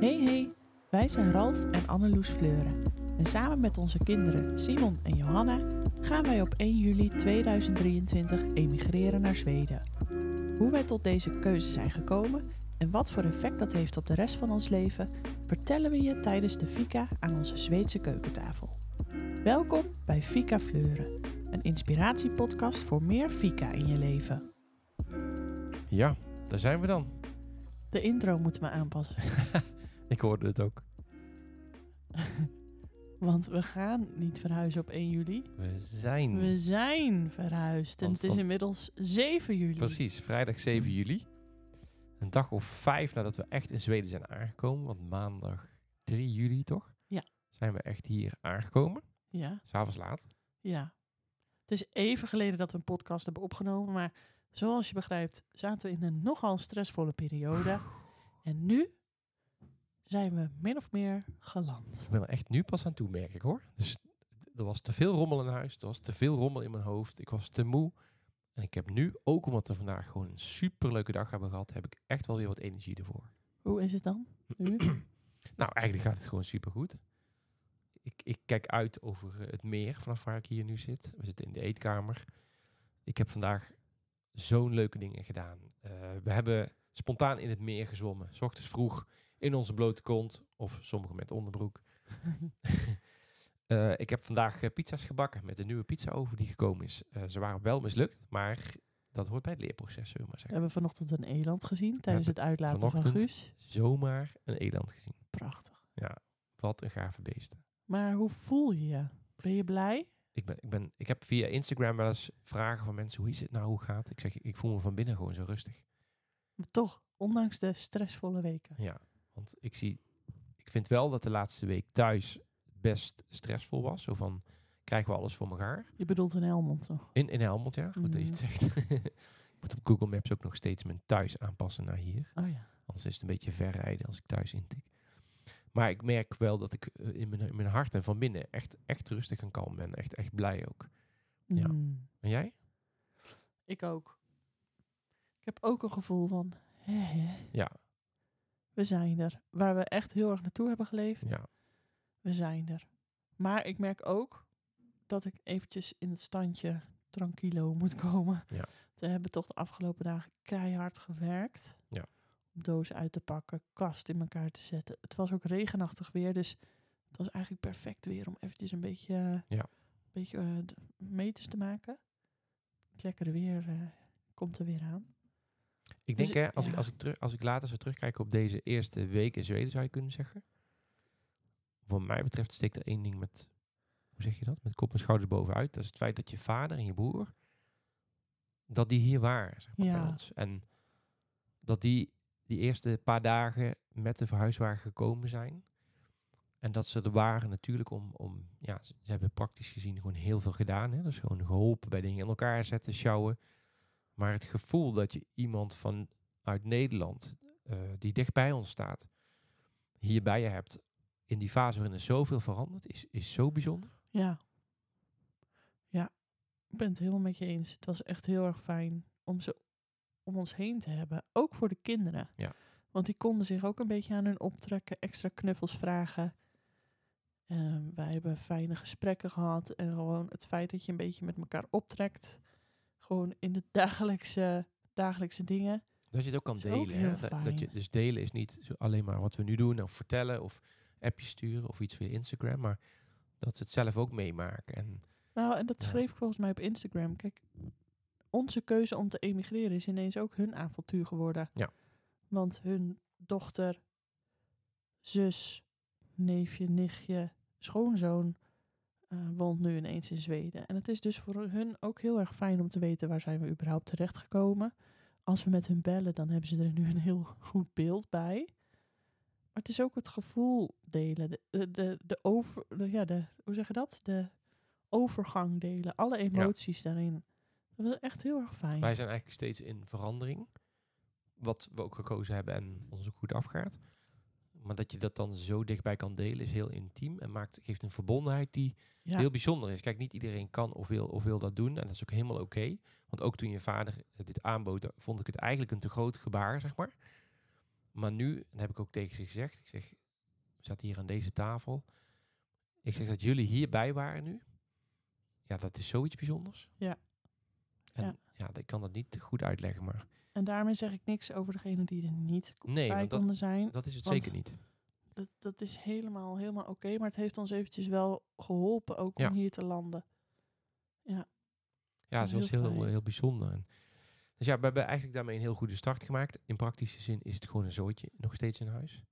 Hey hey, wij zijn Ralf en Anneloes Fleuren. En samen met onze kinderen Simon en Johanna gaan wij op 1 juli 2023 emigreren naar Zweden. Hoe wij tot deze keuze zijn gekomen en wat voor effect dat heeft op de rest van ons leven, vertellen we je tijdens de Fika aan onze Zweedse keukentafel. Welkom bij Fika Fleuren, een inspiratiepodcast voor meer Fika in je leven. Ja, daar zijn we dan. De intro moeten we aanpassen. Ik hoorde het ook. Want we gaan niet verhuizen op 1 juli. We zijn. We zijn verhuisd en Hmm. Want het is van- inmiddels 7 juli. Precies, vrijdag 7 juli. Een dag of vijf nadat we echt in Zweden zijn aangekomen. Want maandag 3 juli, toch? Ja. Zijn we echt hier aangekomen. Ja, S'avonds laat. ja. Het is even geleden dat we een podcast hebben opgenomen, maar zoals je begrijpt zaten we in een nogal stressvolle periode. En nu zijn we min of meer geland. Ik ben er echt nu pas aan toe, merk ik hoor. Dus er was te veel rommel in huis. Er was te veel rommel in mijn hoofd. Ik was te moe. En ik heb nu, ook omdat we vandaag gewoon een superleuke dag hebben gehad, heb ik echt wel weer wat energie ervoor. Hoe is het dan? Nu? Nou, eigenlijk gaat het gewoon supergoed. Ik, ik kijk uit over eh, het meer vanaf waar ik hier nu zit. We zitten in de eetkamer. Ik heb vandaag zo'n leuke dingen gedaan. Eh, we hebben spontaan in het meer gezwommen. 's ochtends vroeg in onze blote kont. Of sommigen met onderbroek. Eh, ik heb vandaag eh, pizza's gebakken met een nieuwe pizza over die gekomen is. Eh, ze waren wel mislukt, maar dat hoort bij het leerproces, zullen we maar We zeggen. hebben vanochtend een eland gezien tijdens het uitlaten van vanochtend. Guus. Zomaar een eland gezien. Prachtig. Wat een gave beesten. Maar hoe voel je je? Ben je blij? Ik, ben, ik, ben, ik heb via Instagram wel eens vragen van mensen, hoe is het nou, hoe gaat het? Ik zeg, ik voel me van binnen gewoon zo rustig. Toch, ondanks de stressvolle weken. Ja, want ik zie, ik vind wel dat de laatste week thuis best stressvol was. Zo van, krijgen we alles voor elkaar? Je bedoelt in Helmond toch? In, in Helmond, ja, goed dat je het zegt. ik moet op Google Maps ook nog steeds mijn thuis aanpassen naar hier. Oh ja. Anders is het een beetje verrijden als ik thuis intik. Maar ik merk wel dat ik eh, in, mijn, in mijn hart en van binnen echt, echt rustig en kalm ben. Echt, echt blij ook. Ja. Mm. En jij? Ik ook. Ik heb ook een gevoel van, hè, hè, Ja, we zijn er. Waar we echt heel erg naartoe hebben geleefd, ja. we zijn er. Maar ik merk ook dat ik eventjes in het standje tranquilo moet komen. Ja. We hebben toch de afgelopen dagen keihard gewerkt. Ja. Om dozen uit te pakken, kast in elkaar te zetten. Het was ook regenachtig weer, dus het was eigenlijk perfect weer om eventjes een beetje, eh, Ja. een beetje eh, d- meters te maken. Het lekkere weer eh, komt er weer aan. Dus Ik denk, ik- hè, als, ja. ik, als, ik terug, als ik later zou terugkijken op deze eerste week in Zweden, zou je kunnen zeggen. Wat mij betreft steekt er één ding met, hoe zeg je dat? Met kop en schouders bovenuit. Dat is het feit dat je vader en je broer, dat die hier waren, zeg maar, Ja. bij ons. En dat die die eerste paar dagen met de verhuiswagen gekomen zijn. En dat ze er waren natuurlijk om, om ja, ze, ze hebben praktisch gezien gewoon heel veel gedaan. Hè? Dus gewoon geholpen bij dingen in elkaar zetten, sjouwen. Maar het gevoel dat je iemand vanuit Nederland, eh, die dicht bij ons staat, hier bij je hebt, in die fase waarin er zoveel verandert, is, is zo bijzonder. Ja. Ja, ik ben het helemaal met je eens. Het was echt heel erg fijn om ze om ons heen te hebben. Ook voor de kinderen. Ja. Want die konden zich ook een beetje aan hun optrekken, extra knuffels vragen. Eh, wij hebben fijne gesprekken gehad. En gewoon het feit dat je een beetje met elkaar optrekt. Gewoon in de dagelijkse, dagelijkse dingen. Dat je het ook kan Is ook delen. heel hè? Dat- Dat, fijn. je, dus delen is niet zo alleen maar wat we nu doen of vertellen of appjes sturen of iets via Instagram, maar dat ze het zelf ook meemaken. En Nou, en dat Ja. schreef ik volgens mij op Instagram. Kijk, onze keuze om te emigreren is ineens ook hun avontuur geworden. Ja. Want hun dochter, zus, neefje, nichtje, schoonzoon eh, woont nu ineens in Zweden. En het is dus voor hun ook heel erg fijn om te weten waar zijn we überhaupt terechtgekomen. Als we met hun bellen, dan hebben ze er nu een heel goed beeld bij. Maar het is ook het gevoel delen. De, de, de, de over, de- ja, de, hoe zeg je dat? De overgang delen. Alle emoties daarin. Dat was echt heel erg fijn. wij zijn eigenlijk steeds in verandering, wat we ook gekozen hebben en ons ook goed afgaat. Maar dat je dat dan zo dichtbij kan delen is heel intiem en maakt, geeft een verbondenheid die ja. heel bijzonder is. Kijk, niet iedereen kan of wil, of wil dat doen. En dat is ook helemaal oké. Want ook toen je vader eh, dit aanbood, eh, vond ik het eigenlijk een te groot gebaar, zeg maar. Maar nu, en dat heb ik ook tegen ze gezegd, ik zeg, we zaten hier aan deze tafel. Ik zeg dat jullie hierbij waren nu. Ja, dat is zoiets bijzonders. Ja. En Ja. ja, dat- ik kan dat niet goed uitleggen, maar En daarmee zeg ik niks over degene die er niet nee, bij want dat, konden zijn. dat is het want- zeker niet. Dat, dat is helemaal, helemaal oké. maar het heeft ons eventjes wel geholpen ook Ja. om hier te landen. Ja, dat het is was heel heel, eh, heel, fijn. bijzonder. En, dus ja, we hebben eigenlijk daarmee een heel goede start gemaakt. In praktische zin is het gewoon een zooitje nog steeds in huis.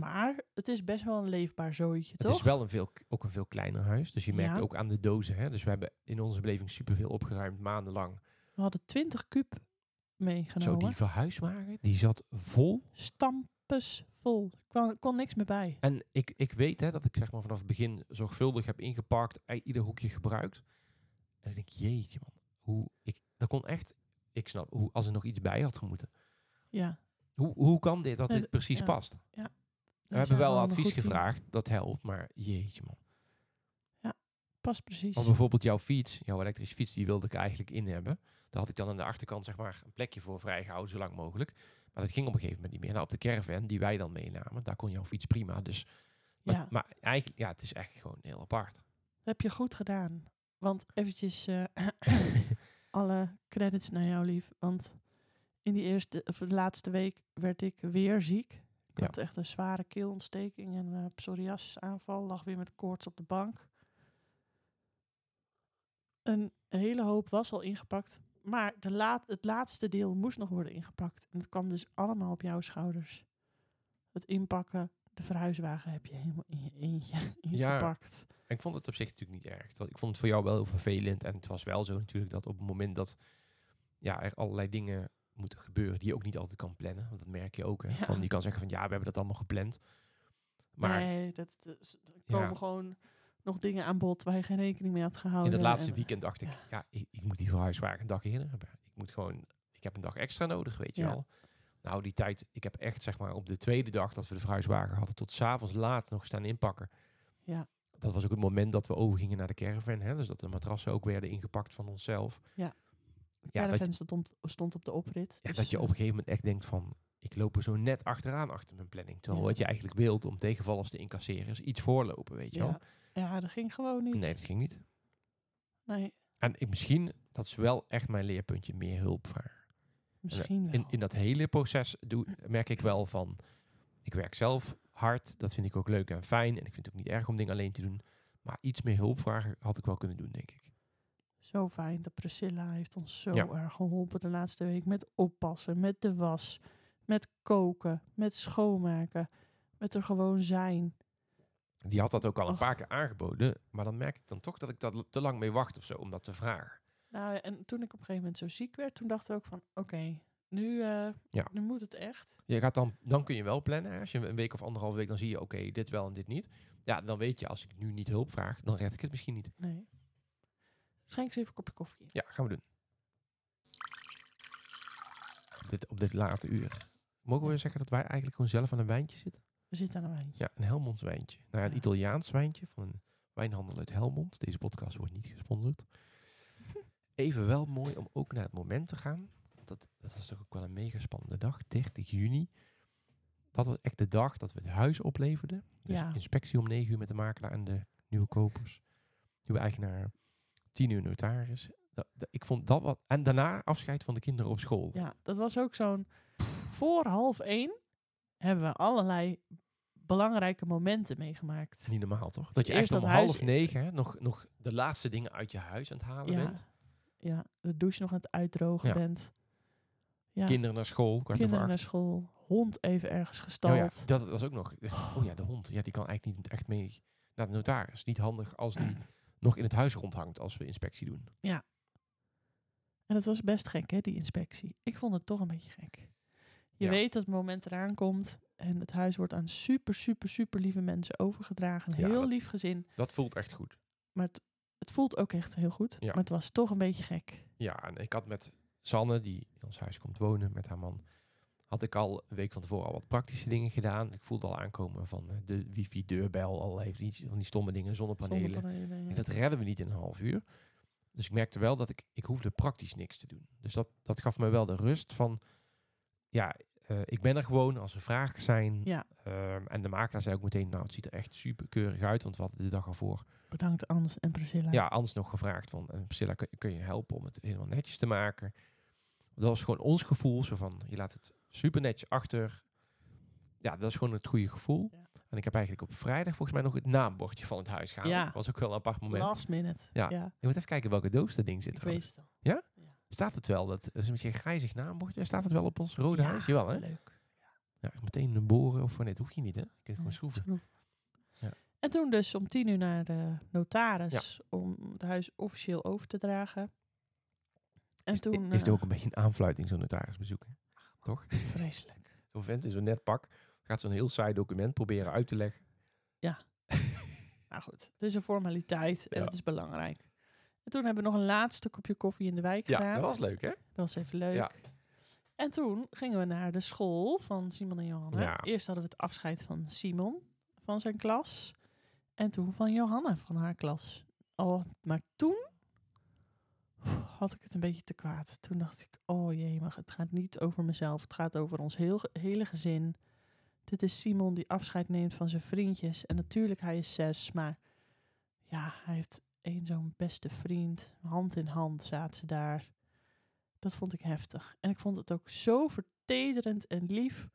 Maar het is best wel een leefbaar zooitje, Het toch? is wel een veel, ook een veel kleiner huis. Dus je merkt Ja. ook aan de dozen. Hè? Dus we hebben in onze beleving superveel opgeruimd maandenlang. We hadden 20 kuub Zo, meegenomen. die verhuiswagen, die zat vol. Stampes vol. Er kwam, kon niks meer bij. En ik, ik weet hè, dat ik zeg maar vanaf het begin zorgvuldig heb ingepakt, i- ieder hoekje gebruikt. En ik denk, jeetje man, hoe ik, dat kon echt, ik snap, hoe, als er nog iets bij had gemoeten. Ja. Hoe, hoe kan dit, dat Nee, dit precies Eh, ja. past? daar We hebben zijn wel dus allemaal advies goed in. gevraagd, dat helpt, maar jeetje man. Pas precies. Want bijvoorbeeld jouw fiets, jouw elektrische fiets, die wilde ik eigenlijk in hebben. Daar had ik dan aan de achterkant zeg maar een plekje voor vrijgehouden, zo lang mogelijk. Maar dat ging op een gegeven moment niet meer. Nou, op de caravan, die wij dan meenamen, daar kon jouw fiets prima. Dus, maar, Ja, maar eigenlijk, ja, het is echt gewoon heel apart. dat heb je goed gedaan. Want eventjes eh, alle credits naar jou, lief. Want in die eerste, of de laatste week werd ik weer ziek. Ik Ja. had echt een zware keelontsteking en eh psoriasisaanval. Lag weer met koorts op de bank. Een hele hoop was al ingepakt. Maar de laat, het laatste deel moest nog worden ingepakt. En het kwam dus allemaal op jouw schouders. Het inpakken, de verhuiswagen heb je helemaal in je eentje Ja. ingepakt. En ik vond het op zich natuurlijk niet erg. Want Ik vond het voor jou wel heel vervelend. En het was wel zo natuurlijk dat op het moment dat ja, er allerlei dingen moeten gebeuren die je ook niet altijd kan plannen. Want dat merk je ook. Hè? Ja. Van, je kan zeggen van ja, we hebben dat allemaal gepland. Maar nee, dat, dat- er komen Ja. gewoon nog dingen aan bod waar je geen rekening mee had in gehouden. dat laatste En- weekend dacht ik, ja, ik, ik moet die verhuiswagen een dag eerder hebben. Ik moet gewoon, ik heb een dag extra nodig, weet je Ja. wel. Nou, die tijd, ik heb echt zeg maar op de tweede dag dat we de verhuiswagen hadden, tot s'avonds laat nog staan inpakken. Ja. Dat was ook het moment dat we overgingen naar de caravan. Hè? Dus dat de matrassen ook werden ingepakt van onszelf. Ja. Ja, dat, Caravan stond, op- stond op de oprit. ja, dus, dat je eh, op een gegeven moment echt denkt van... ik loop er zo net achteraan achter mijn planning. Terwijl Ja. wat je eigenlijk wilt om tegenvallers te incasseren... is iets voorlopen, weet je ja. ja, dat ging gewoon niet. wel? Nee, dat ging niet. Nee, En ik, misschien, dat is wel echt mijn leerpuntje... meer hulp vragen. eh, misschien wel. In, in dat hele proces doe, merk ik wel van... ik werk zelf hard, dat vind ik ook leuk en fijn... en ik vind het ook niet erg om dingen alleen te doen... maar iets meer hulp vragen had ik wel kunnen doen, denk ik. Zo fijn. Dat Priscilla heeft ons zo Ja. erg geholpen de laatste week. Met oppassen, met de was, met koken, met schoonmaken, met er gewoon zijn. Die had dat ook al een Och. paar keer aangeboden... maar dan merk ik dan toch dat ik daar te lang mee wacht of zo... om dat te vragen. Nou, ja, en toen ik op een gegeven moment zo ziek werd, toen dacht ik ook van, oké, nu, eh, Ja. nu moet het echt. Je gaat dan, dan kun je wel plannen. hè. Als je een week of anderhalf week, dan zie je, oké, dit wel en dit niet. Ja, dan weet je, als ik nu niet hulp vraag, dan red ik het misschien niet. Nee. Schenk eens even een kopje koffie in. Ja, gaan we doen. Op dit, op dit late uur. Mogen we zeggen dat wij eigenlijk gewoon zelf aan een wijntje zitten? We zitten aan een wijntje. Ja, een Helmonds wijntje. Nou ja, een Ja. Italiaans wijntje van een wijnhandel uit Helmond. Deze podcast wordt niet gesponsord. Evenwel mooi om ook naar het moment te gaan. Dat, dat was toch ook wel een mega spannende dag. 30 juni. Dat was echt de dag dat we het huis opleverden. Dus Ja. inspectie om 9 uur met de makelaar en de nieuwe kopers. Nieuwe eigenaar. 10 uur notaris. Da- da- ik vond dat wat. En daarna afscheid van de kinderen op school. Ja, dat was ook zo'n... Voor half één hebben we allerlei belangrijke momenten meegemaakt. Niet normaal toch? Dat je Dus eerst echt om dat huis- half negen hè, nog, nog de laatste dingen uit je huis aan het halen ja. bent. Ja, de douche nog aan het uitdrogen Ja. bent. Ja, Kinderen naar school, kwart over kinderen naar acht. school. Hond even ergens Oh ja, gestald. dat was ook nog. Oh ja, de hond. Ja, die kan eigenlijk niet echt mee naar de notaris. Niet handig als die nog in het huis rondhangt als we inspectie doen. En dat was best gek, hè, die inspectie. Ik vond het toch een beetje gek. Je Ja. weet dat het moment eraan komt en het huis wordt aan super, super, super lieve mensen overgedragen. Een Ja, heel dat- lief gezin. Dat voelt echt goed. Maar het, het voelt ook echt heel goed. Ja. Maar het was toch een beetje gek. Ja, en ik had met Sanne, die in ons huis komt wonen met haar man, had ik al een week van tevoren al wat praktische dingen gedaan. Ik voelde al aankomen van eh, de wifi-deurbel, al heeft iets van die stomme dingen, zonnepanelen. Zonnepanelen, ja. En dat redden we niet in een half uur. Dus ik merkte wel dat ik, ik hoefde praktisch niks te doen. Dus dat, dat gaf me wel de rust van, ja, eh, eh, ik ben er gewoon als er vragen zijn. Ja. Ehm, en de makelaar zei ook meteen, nou het ziet er echt super keurig uit, want we hadden de dag ervoor. Bedankt Ans en Priscilla. Ja, Ans nog gevraagd van, eh, Priscilla, kun, kun je helpen om het helemaal netjes te maken? Dat was gewoon ons gevoel, zo van, je laat het super netjes achter. Ja, dat is gewoon het goede gevoel. Ja. En ik heb eigenlijk op vrijdag volgens mij nog het naambordje van het huis gehaald. Ja. Dat was ook wel een apart moment. Last minute. Ja. ja Je moet even kijken welke doos dat ding zit ik trouwens. weet het al. Staat het wel, dat dat is een beetje een grijzig naambordje, staat het wel op ons rode Ja, huisje wel hè? Leuk. Ja, meteen een boren of van dit hoef je niet hè? Je kunt gewoon Ja, schroeven. schroef. Ja. En toen dus om tien uur naar de notaris om het huis officieel over te dragen. En is, toen... i- is het eh, ook een beetje een aanfluiting, zo'n notarisbezoek? hè? Toch? Vreselijk. Zo'n vent in zo'n net pak gaat zo'n heel saai document proberen uit te leggen. Nou goed, het is een formaliteit en Ja. het is belangrijk. En toen hebben we nog een laatste kopje koffie in de wijk Ja, gedaan. dat was leuk, hè? Dat was even leuk. Ja. En toen gingen we naar de school van Simon en Johanna. Ja. Eerst hadden we het afscheid van Simon van zijn klas. En toen van Johanna van haar klas. Oh, maar toen had ik het een beetje te kwaad. Toen dacht ik, oh jee, maar het gaat niet over mezelf. Het gaat over ons heel, ge- hele gezin. Dit is Simon die afscheid neemt van zijn vriendjes. En natuurlijk, hij is zes, maar ja, hij heeft één zo'n beste vriend. Hand in hand zaten ze daar. Dat vond ik heftig. En ik vond het ook zo vertederend en lief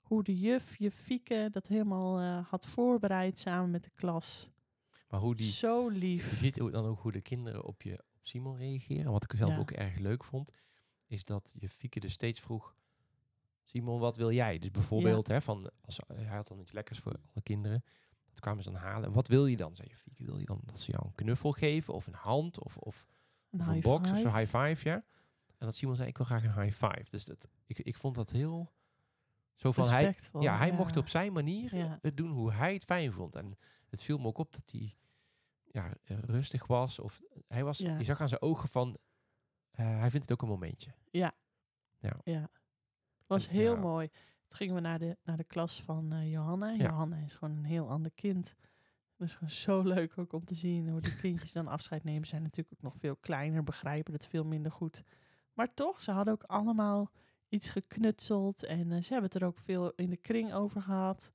hoe de juf, je Fieke, dat helemaal eh, had voorbereid samen met de klas. Maar hoe die, zo je lief. ziet ook dan ook hoe de kinderen op, je, op Simon reageren. Wat ik zelf Ja. ook erg leuk vond, is dat je Fieke dus steeds vroeg... Simon, wat wil jij? Dus bijvoorbeeld, hè, van, als, eh, hij had dan iets lekkers voor alle kinderen. Dat kwamen ze dan halen. En wat wil je dan, zei je Fieke? Wil je dan dat ze jou een knuffel geven? Of een hand? Of, of Een Of een high box five. of zo'n high five, ja. En dat Simon zei, ik wil graag een high five. Dus dat, ik, ik vond dat heel... Zo van hij, Respectvol, ja, hij mocht op zijn manier eh, eh, Ja. het doen hoe hij het fijn vond. En het viel me ook op dat hij ja, eh, rustig was. Of eh, hij was Ja. Je zag aan zijn ogen van... eh, hij vindt het ook een momentje. was heel Ja. mooi. Toen gingen we naar de, naar de klas van eh, Johanna. Ja. Johanna is gewoon een heel ander kind. Dat is gewoon zo leuk ook om te zien hoe die kindjes dan afscheid nemen. Ze zijn natuurlijk ook nog veel kleiner, begrijpen het veel minder goed. Maar toch, ze hadden ook allemaal iets geknutseld. En eh, ze hebben het er ook veel in de kring over gehad.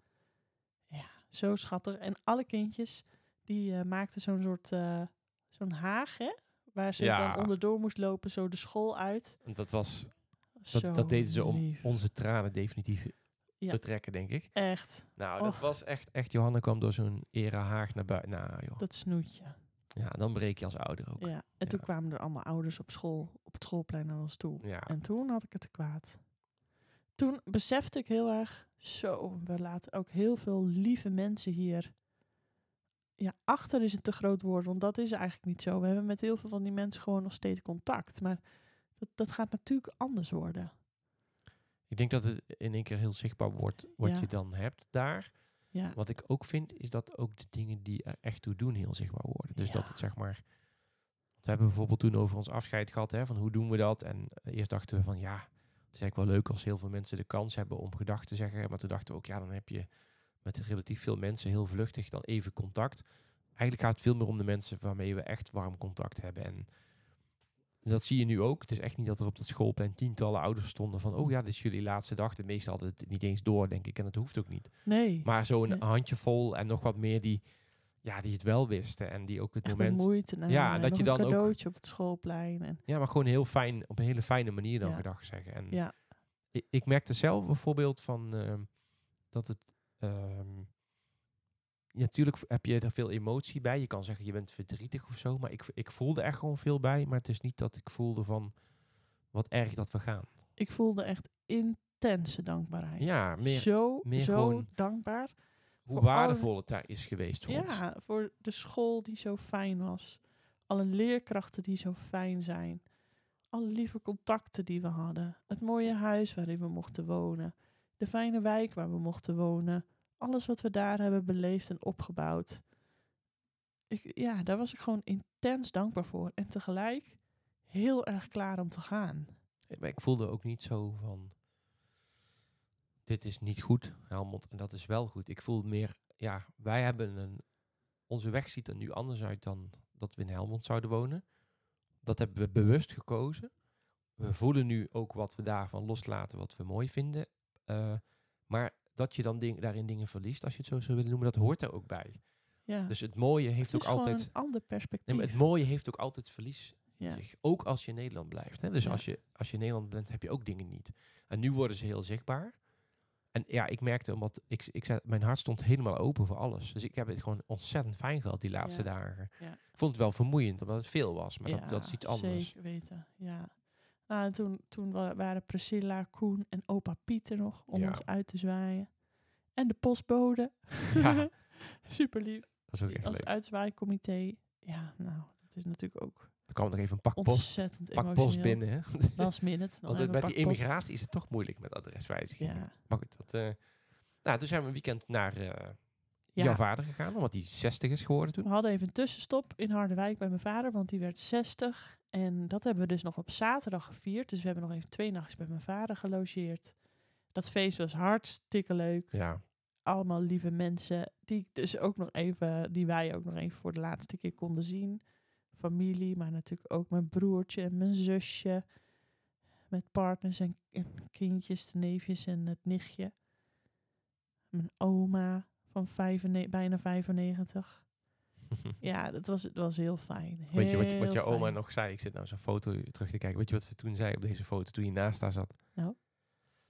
Ja, zo schattig. En alle kindjes, die eh, maakten zo'n soort, eh, zo'n haag, hè? Waar ze Ja. dan onderdoor moest lopen, zo de school uit. En dat, was, Zo dat, dat deden ze om lief. onze tranen definitief Ja. te trekken, denk ik. Echt. Nou, dat Och. was echt... echt Johanna kwam door zo'n era haag naar buiten. Nou, joh. Dat snoetje. Ja, dan breek je als ouder ook. Ja. Ja. En toen kwamen er allemaal ouders op school, op het schoolplein naar ons toe. En toen had ik het te kwaad. Toen besefte ik heel erg, zo, we laten ook heel veel lieve mensen hier. Ja, achter is een te groot woord, want dat is eigenlijk niet zo. We hebben met heel veel van die mensen gewoon nog steeds contact. Maar dat, dat gaat natuurlijk anders worden. Ik denk dat het in één keer heel zichtbaar wordt wat Ja. je dan hebt daar. Ja, Wat ik ook vind, is dat ook de dingen die er echt toe doen heel zichtbaar worden. Dus dat Ja. het zeg maar... We hebben bijvoorbeeld toen over ons afscheid gehad, hè, van hoe doen we dat? En eh, eerst dachten we van ja, het is eigenlijk wel leuk als heel veel mensen de kans hebben om gedachten te zeggen. Maar toen dachten we ook, ja, dan heb je met relatief veel mensen heel vluchtig dan even contact. Eigenlijk gaat het veel meer om de mensen waarmee we echt warm contact hebben. En dat zie je nu ook. Het is echt niet dat er op dat schoolplein tientallen ouders stonden van... oh ja, dit is jullie laatste dag. De meesten hadden het niet eens door, denk ik. En dat hoeft ook niet. nee, Maar zo'n Nee. handjevol en nog wat meer die, ja, die het wel wisten. En die ook het echt de moment. moeite. nemen Ja, en dat nog je dan een ook- cadeautje op het schoolplein. En, Ja, maar gewoon heel fijn, op een hele fijne manier dan Ja. gedag zeggen. En ja, ik, ik merkte zelf bijvoorbeeld van ehm, dat het. ehm, ja, natuurlijk heb je er veel emotie bij. Je kan zeggen je bent verdrietig of zo. Maar ik, ik voelde er gewoon veel bij. Maar het is niet dat ik voelde van wat erg dat we gaan. ik voelde echt intense dankbaarheid. Ja, meer zo, meer zo gewoon- dankbaar. hoe voor alle- waardevol het daar is geweest voor ons. Ja, voor de school die zo fijn was. Alle leerkrachten die zo fijn zijn. Alle lieve contacten die we hadden. Het mooie huis waarin we mochten wonen. De fijne wijk waar we mochten wonen. Alles wat we daar hebben beleefd en opgebouwd. Ik, ja, daar was ik gewoon intens dankbaar voor. En tegelijk heel erg klaar om te gaan. Ja, Maar ik voelde ook niet zo van... Dit is niet goed, Helmond, en dat is wel goed. Ik voel meer, ja, wij hebben een... Onze weg ziet er nu anders uit dan dat we in Helmond zouden wonen. Dat hebben we bewust gekozen. We voelen nu ook wat we daarvan loslaten, wat we mooi vinden. Eh, maar dat je dan ding, daarin dingen verliest, als je het zo zou willen noemen, dat hoort er ook bij. Ja. Dus het mooie heeft het is ook gewoon altijd. een ander perspectief. Nee, maar het mooie heeft ook altijd verlies ja. zich. Ook als je in Nederland blijft. Hè? Dus Ja. als, je, als je in Nederland bent, heb je ook dingen niet. En nu worden ze heel zichtbaar. En ja, ik merkte, omdat ik, ik zei, mijn hart stond helemaal open voor alles. Dus ik heb het gewoon ontzettend fijn gehad die laatste Ja. dagen. Ja. Ik vond het wel vermoeiend, omdat het veel was. Maar dat, dat is Ja, iets anders. Zeker weten, ja. Nou, en toen, toen wa- waren Priscilla, Koen en opa Pieter nog om Ja. ons uit te zwaaien. En de postbode. Ja. Super lief. Dat is ook echt Als leuk. uitzwaaicomité. Ja, nou, dat is natuurlijk ook Er kwam nog even een pak post, ontzettend pak emotioneel. post binnen. Hè? Last minute. Dan Want het- hebben bij we die pak post. immigratie is het toch moeilijk met adreswijzigingen. Ja. Maar goed, dat, eh, nou, toen zijn we een weekend naar eh, Ja. jouw vader gegaan, omdat hij 60 is geworden toen. We hadden even een tussenstop in Harderwijk bij mijn vader, want die werd 60. En dat hebben we dus nog op zaterdag gevierd. Dus we hebben nog even twee nachtjes bij mijn vader gelogeerd. Dat feest was hartstikke leuk. Ja, allemaal lieve mensen die ik dus ook nog even, die wij ook nog even voor de laatste keer konden zien. Familie, maar natuurlijk ook mijn broertje en mijn zusje. Met partners en, en kindjes, de neefjes en het nichtje. Mijn oma van 95, bijna 95. Ja, dat was, dat was heel fijn. Weet je wat, Heel wat jouw oma fijn. nog zei? Ik zit nou zo'n foto terug te kijken. Weet je wat ze toen zei op deze foto toen je naast haar zat? Nou?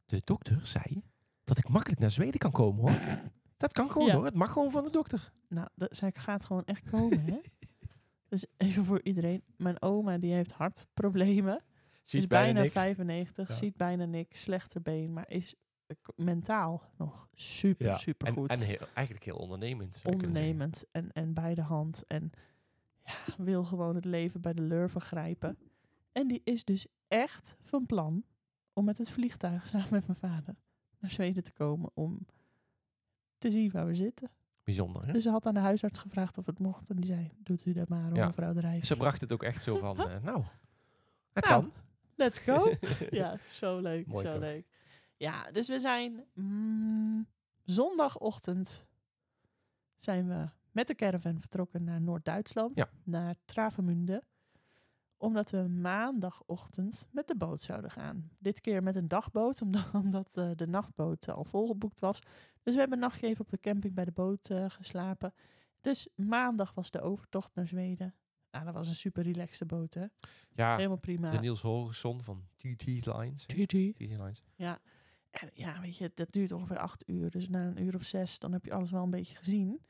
De dokter zei dat ik makkelijk naar Zweden kan komen hoor. dat kan gewoon Ja. hoor. Het mag gewoon van de dokter. Nou, dat zij gaat gewoon echt komen, hè? Dus even voor iedereen. Mijn oma die heeft hartproblemen. Ziet is bijna, 95, Ja. ziet bijna niks, slechter been, maar is eh, k- mentaal nog super, Ja, super En, goed. en heel- eigenlijk heel ondernemend. zou je kunnen zeggen. Ondernemend en, en bij de hand. En ja, wil gewoon het leven bij de lurven grijpen. En die is dus echt van plan om met het vliegtuig samen met mijn vader naar Zweden te komen om te zien waar we zitten. Bijzonder hè? Dus ze had aan de huisarts gevraagd of het mocht. En die zei, doet u dat maar, hoor, Ja. mevrouw de Rijf. Ze bracht het ook echt zo van, eh, nou, het Dus- Nou, kan. Let's go. ja, zo leuk, Mooi zo toch? leuk. Ja, dus we zijn mm, zondagochtend zijn we met de caravan vertrokken naar Noord-Duitsland, Ja. naar Travemünde, omdat we maandagochtend met de boot zouden gaan. Dit keer met een dagboot, omdat, omdat eh, de nachtboot al volgeboekt was. Dus we hebben een nachtje even op de camping bij de boot eh, geslapen. Dus maandag was de overtocht naar Zweden. Nou, dat was een super relaxte boot, hè? Ja, Helemaal prima. Ah, de Niels Horizon van TT Lines. hè? TT. TT Lines. En ja, weet je, dat duurt ongeveer acht uur. Dus na een uur of zes, dan heb je alles wel een beetje gezien.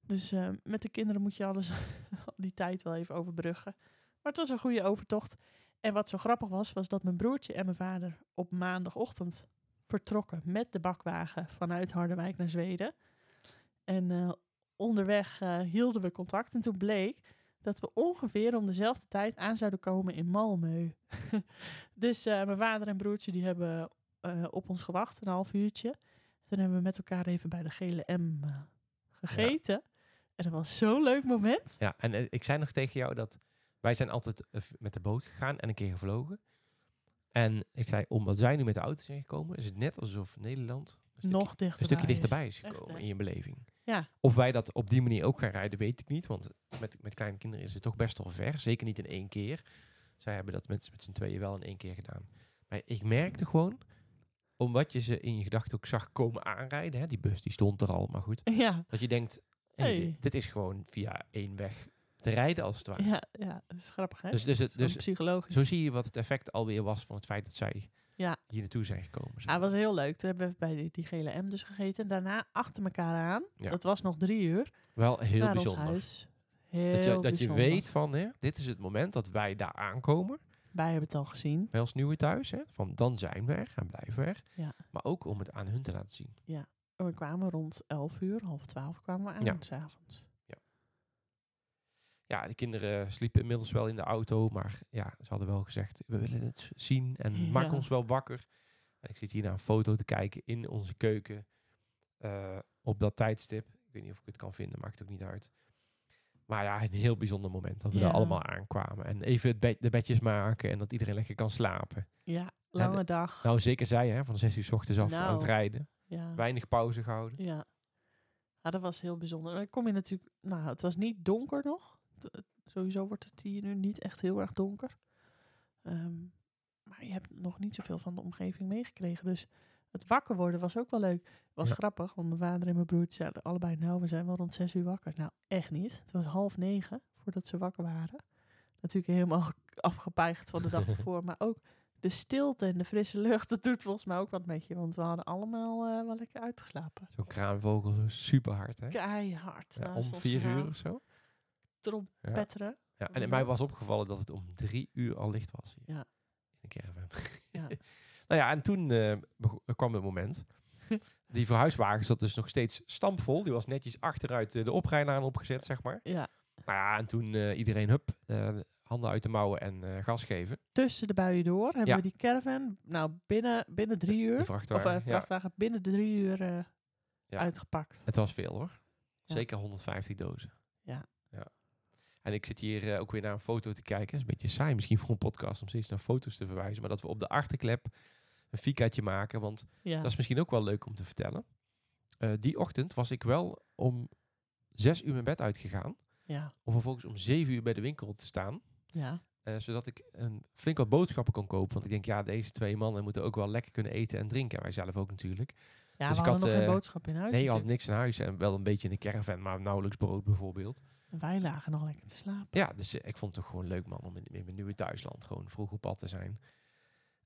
Dus eh, met de kinderen moet je alles, die tijd wel even overbruggen. Maar het was een goede overtocht. En wat zo grappig was, was dat mijn broertje en mijn vader op maandagochtend vertrokken met de bakwagen vanuit Harderwijk naar Zweden. En eh, onderweg eh, hielden we contact. En toen bleek dat we ongeveer om dezelfde tijd aan zouden komen in Malmö. dus eh, mijn vader en broertje die hebben eh, op ons gewacht, een half uurtje. Toen hebben we met elkaar even bij de gele M eh, gegeten. En dat was zo'n leuk moment. Ja, en eh, ik zei nog tegen jou dat wij zijn altijd eh, v- met de boot gegaan en een keer gevlogen. En ik zei, omdat zij nu met de auto zijn gekomen, is het net alsof Nederland een stukje, Nog een dichterbij. stukje is. dichterbij is Echt, gekomen hè? in je beleving. Ja. Of wij dat op die manier ook gaan rijden, weet ik niet. Want met, met kleine kinderen is het toch best wel ver. Zeker niet in één keer. Zij hebben dat met, met z'n tweeën wel in één keer gedaan. Maar ik merkte gewoon, omdat je ze in je gedachten ook zag komen aanrijden. Hè, die bus die stond er al, maar goed. Ja, Dat je denkt, hey, Hey. dit, dit is gewoon via één weg te rijden als het ware. ja, ja, dat is grappig hè? Dus, dus, het, dus dus psychologisch. zo zie je wat het effect alweer was van het feit dat zij Ja. hier naartoe zijn gekomen. zeg Ah, maar. was heel leuk. Toen hebben we even bij die, die gele M dus gegeten. En daarna achter elkaar aan. Ja. Dat was nog drie uur. Wel heel naar bijzonder. ons huis. Heel dat je, dat je bijzonder. weet van, hè, dit is het moment dat wij daar aankomen, Wij hebben het al gezien. bij ons nieuwe thuis. Hè, van dan zijn we er en blijven we er. Ja. Maar ook om het aan hun te laten zien. Oh, We kwamen rond elf uur, half twaalf kwamen we aan Ja. s'avonds. Ja, de kinderen sliepen inmiddels wel in de auto, maar ja, ze hadden wel gezegd, we willen het zien en Ja. maak ons wel wakker. En ik zit hier naar een foto te kijken in onze keuken eh, op dat tijdstip. Ik weet niet of ik het kan vinden, maakt ook niet uit. Maar ja, een heel bijzonder moment dat we Ja. er allemaal aankwamen. En even het bed- de bedjes maken en dat iedereen lekker kan slapen. Ja, lange dag. Nou, zeker zij hè, van 6 uur s ochtends af aan het Nou. rijden. ja. Weinig pauze gehouden. Ja. ja, dat was heel bijzonder. Dan kom je natuurlijk... Nou, het was niet donker nog. D- het- Sowieso wordt het hier nu niet echt heel erg donker. Ehm, maar je hebt nog niet zoveel van de omgeving meegekregen. Dus Het wakker worden was ook wel leuk. Was Ja. grappig, want mijn vader en mijn broertje zeiden allebei... nou, we zijn wel rond zes uur wakker. Nou, echt niet. Het was half negen voordat ze wakker waren. Natuurlijk helemaal afgepeigerd van de dag ervoor. Maar ook de stilte en de frisse lucht, dat doet volgens mij ook wat met je. Want we hadden allemaal eh, wel lekker uitgeslapen. Zo'n kraanvogel, zo super hard, hè? Keihard. Ja, naast om ons vier raam uur of zo. Ja. Trompetteren. Ja, en mij was opgevallen dat het om drie uur al licht was hier. Ja. In de caravan. Ja. Nou ja, en toen eh, bego- kwam het moment. Die verhuiswagen zat dus nog steeds stampvol. Die was netjes achteruit eh, de oprijlaan opgezet, zeg maar. ja. Nou ja, en toen eh, iedereen, hup, eh, handen uit de mouwen en eh, gas geven. Tussen de buien door hebben Ja. we die caravan. Nou, binnen, binnen drie De uur. Of vrachtwagen. eh, ja. vrachtwagen binnen de drie uur eh, Ja. uitgepakt. Het was veel hoor. Ja. Zeker 150 dozen. Ja. ja. En ik zit hier eh, ook weer naar een foto te kijken. is een beetje saai misschien voor een podcast om steeds naar foto's te verwijzen. Maar dat we op de achterklep een fikaatje maken. Want Ja. dat is misschien ook wel leuk om te vertellen. Eh, die ochtend was ik wel om zes uur mijn bed uitgegaan. ja. Om vervolgens om zeven uur bij de winkel te staan. ja. eh, zodat ik een flink wat boodschappen kon kopen. Want ik denk, ja, deze twee mannen moeten ook wel lekker kunnen eten en drinken. En wij zelf ook natuurlijk. Ja, Dus we ik hadden had, nog geen eh, boodschap in huis. Nee, je had natuurlijk. niks in huis en wel een beetje in de caravan, maar nauwelijks brood bijvoorbeeld. En Wij lagen nog lekker te slapen. Ja, dus eh, ik vond het toch gewoon leuk, man, om in, in mijn nieuwe thuisland gewoon vroeg op pad te zijn.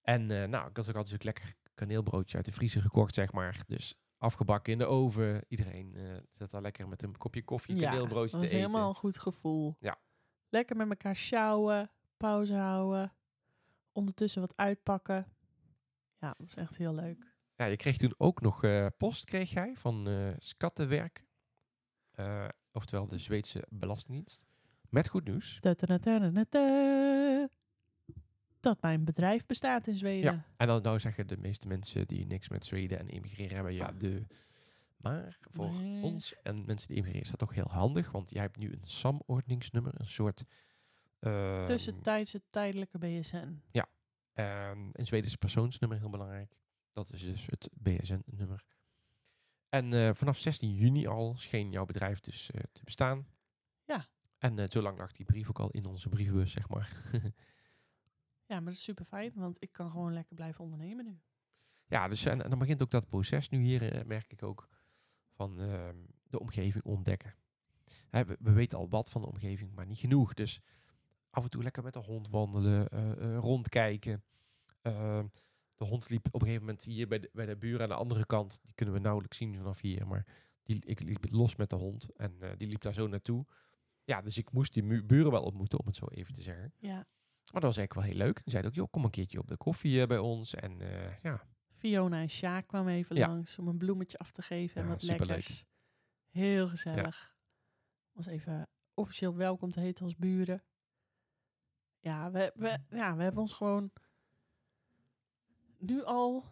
En eh, nou, ik had ook altijd zo'n lekker kaneelbroodje uit de vriezer gekocht, zeg maar. Dus afgebakken in de oven. Iedereen eh, zat daar lekker met een kopje koffie, kaneelbroodje dat te was eten. helemaal een goed gevoel. Ja. Lekker met elkaar sjouwen, pauze houden, ondertussen wat uitpakken. Ja, dat was echt heel leuk. Ja, je kreeg toen ook nog eh, post, kreeg jij, van eh Skattenwerk. Eh, oftewel de Zweedse Belastingdienst. Met goed nieuws. Da-da-da-da-da-da. Dat mijn bedrijf bestaat in Zweden. Ja, en dan nou zeggen de meeste mensen die niks met Zweden en immigreren hebben, ja, de. Maar voor Nee. ons en mensen die immigreren is dat toch heel handig, want jij hebt nu een SAM-ordningsnummer, een soort. ehm, Tussentijdse tijdelijke BSN. ehm, een Zweedse persoonsnummer heel belangrijk. Dat is dus het BSN-nummer. En eh, vanaf 16 juni al scheen jouw bedrijf dus eh, te bestaan. Ja. En eh, zo lang lag die brief ook al in onze brievenbus, zeg maar. Ja, maar dat is super fijn, want ik kan gewoon lekker blijven ondernemen nu. Ja, dus en, en dan begint ook dat proces nu hier, eh, merk ik ook, van ehm, de omgeving ontdekken. Hè, we, we weten al wat van de omgeving, maar niet genoeg. Dus af en toe lekker met de hond wandelen, eh, eh, rondkijken. Ehm, de hond liep op een gegeven moment hier bij de, bij de buren aan de andere kant. Die kunnen we nauwelijks zien vanaf hier, maar die, ik liep los met de hond en eh, die liep daar zo naartoe. Ja, dus ik moest die mu- buren wel ontmoeten, om het zo even te zeggen. Ja, Maar dat was eigenlijk wel heel leuk. Die zeiden ook, joh, kom een keertje op de koffie eh, bij ons. En eh, ja, Fiona en Sjaak kwamen even Ja. langs om een bloemetje af te geven en Ja, wat superleuk. lekkers. Heel gezellig. Was even officieel welkom te heten als buren. Ja we, we, ja, we hebben ons gewoon nu al...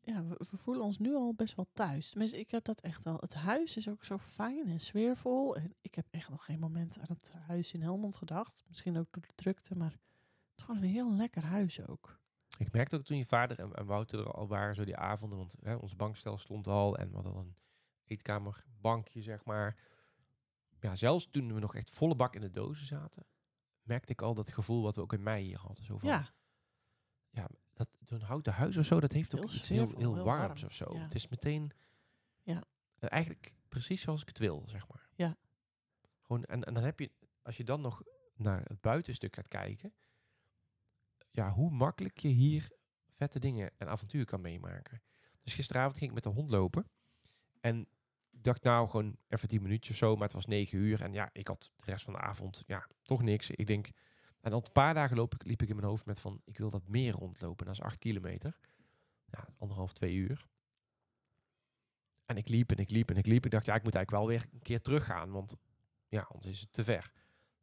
Ja, we, we voelen ons nu al best wel thuis. Tenminste, ik heb dat echt wel. Het huis is ook zo fijn en sfeervol. En ik heb echt nog geen moment aan het huis in Helmond gedacht. Misschien ook door de drukte, maar het is gewoon een heel lekker huis ook. Ik merkte ook toen je vader en, en Wouter er al waren, zo die avonden, want hè, ons bankstel stond al en we hadden al een eetkamerbankje, zeg maar. Ja, zelfs toen we nog echt volle bak in de dozen zaten, merkte ik al dat gevoel wat we ook in mei hier hadden. Zo van, Ja. dat, zo'n houten huis of zo, dat heeft ook Heel iets heel, sfeervol, heel, heel warms warm, of zo. ja. Het is meteen Ja. eh, eigenlijk precies zoals ik het wil, zeg maar. Ja. Gewoon, en, en dan heb je, als je dan nog naar het buitenstuk gaat kijken, ja, hoe makkelijk je hier vette dingen en avontuur kan meemaken. Dus gisteravond ging ik met de hond lopen en ik dacht nou gewoon even 10 minuutjes of zo, maar het was 9 uur en ja, ik had de rest van de avond, ja, toch niks. Ik denk, en al een paar dagen loop ik, liep ik in mijn hoofd met van, ik wil dat meer rondlopen. Dat is acht kilometer. Ja, anderhalf, twee uur. En ik liep en ik liep en ik liep. Ik dacht, ja, ik moet eigenlijk wel weer een keer teruggaan, want ja, anders is het te ver.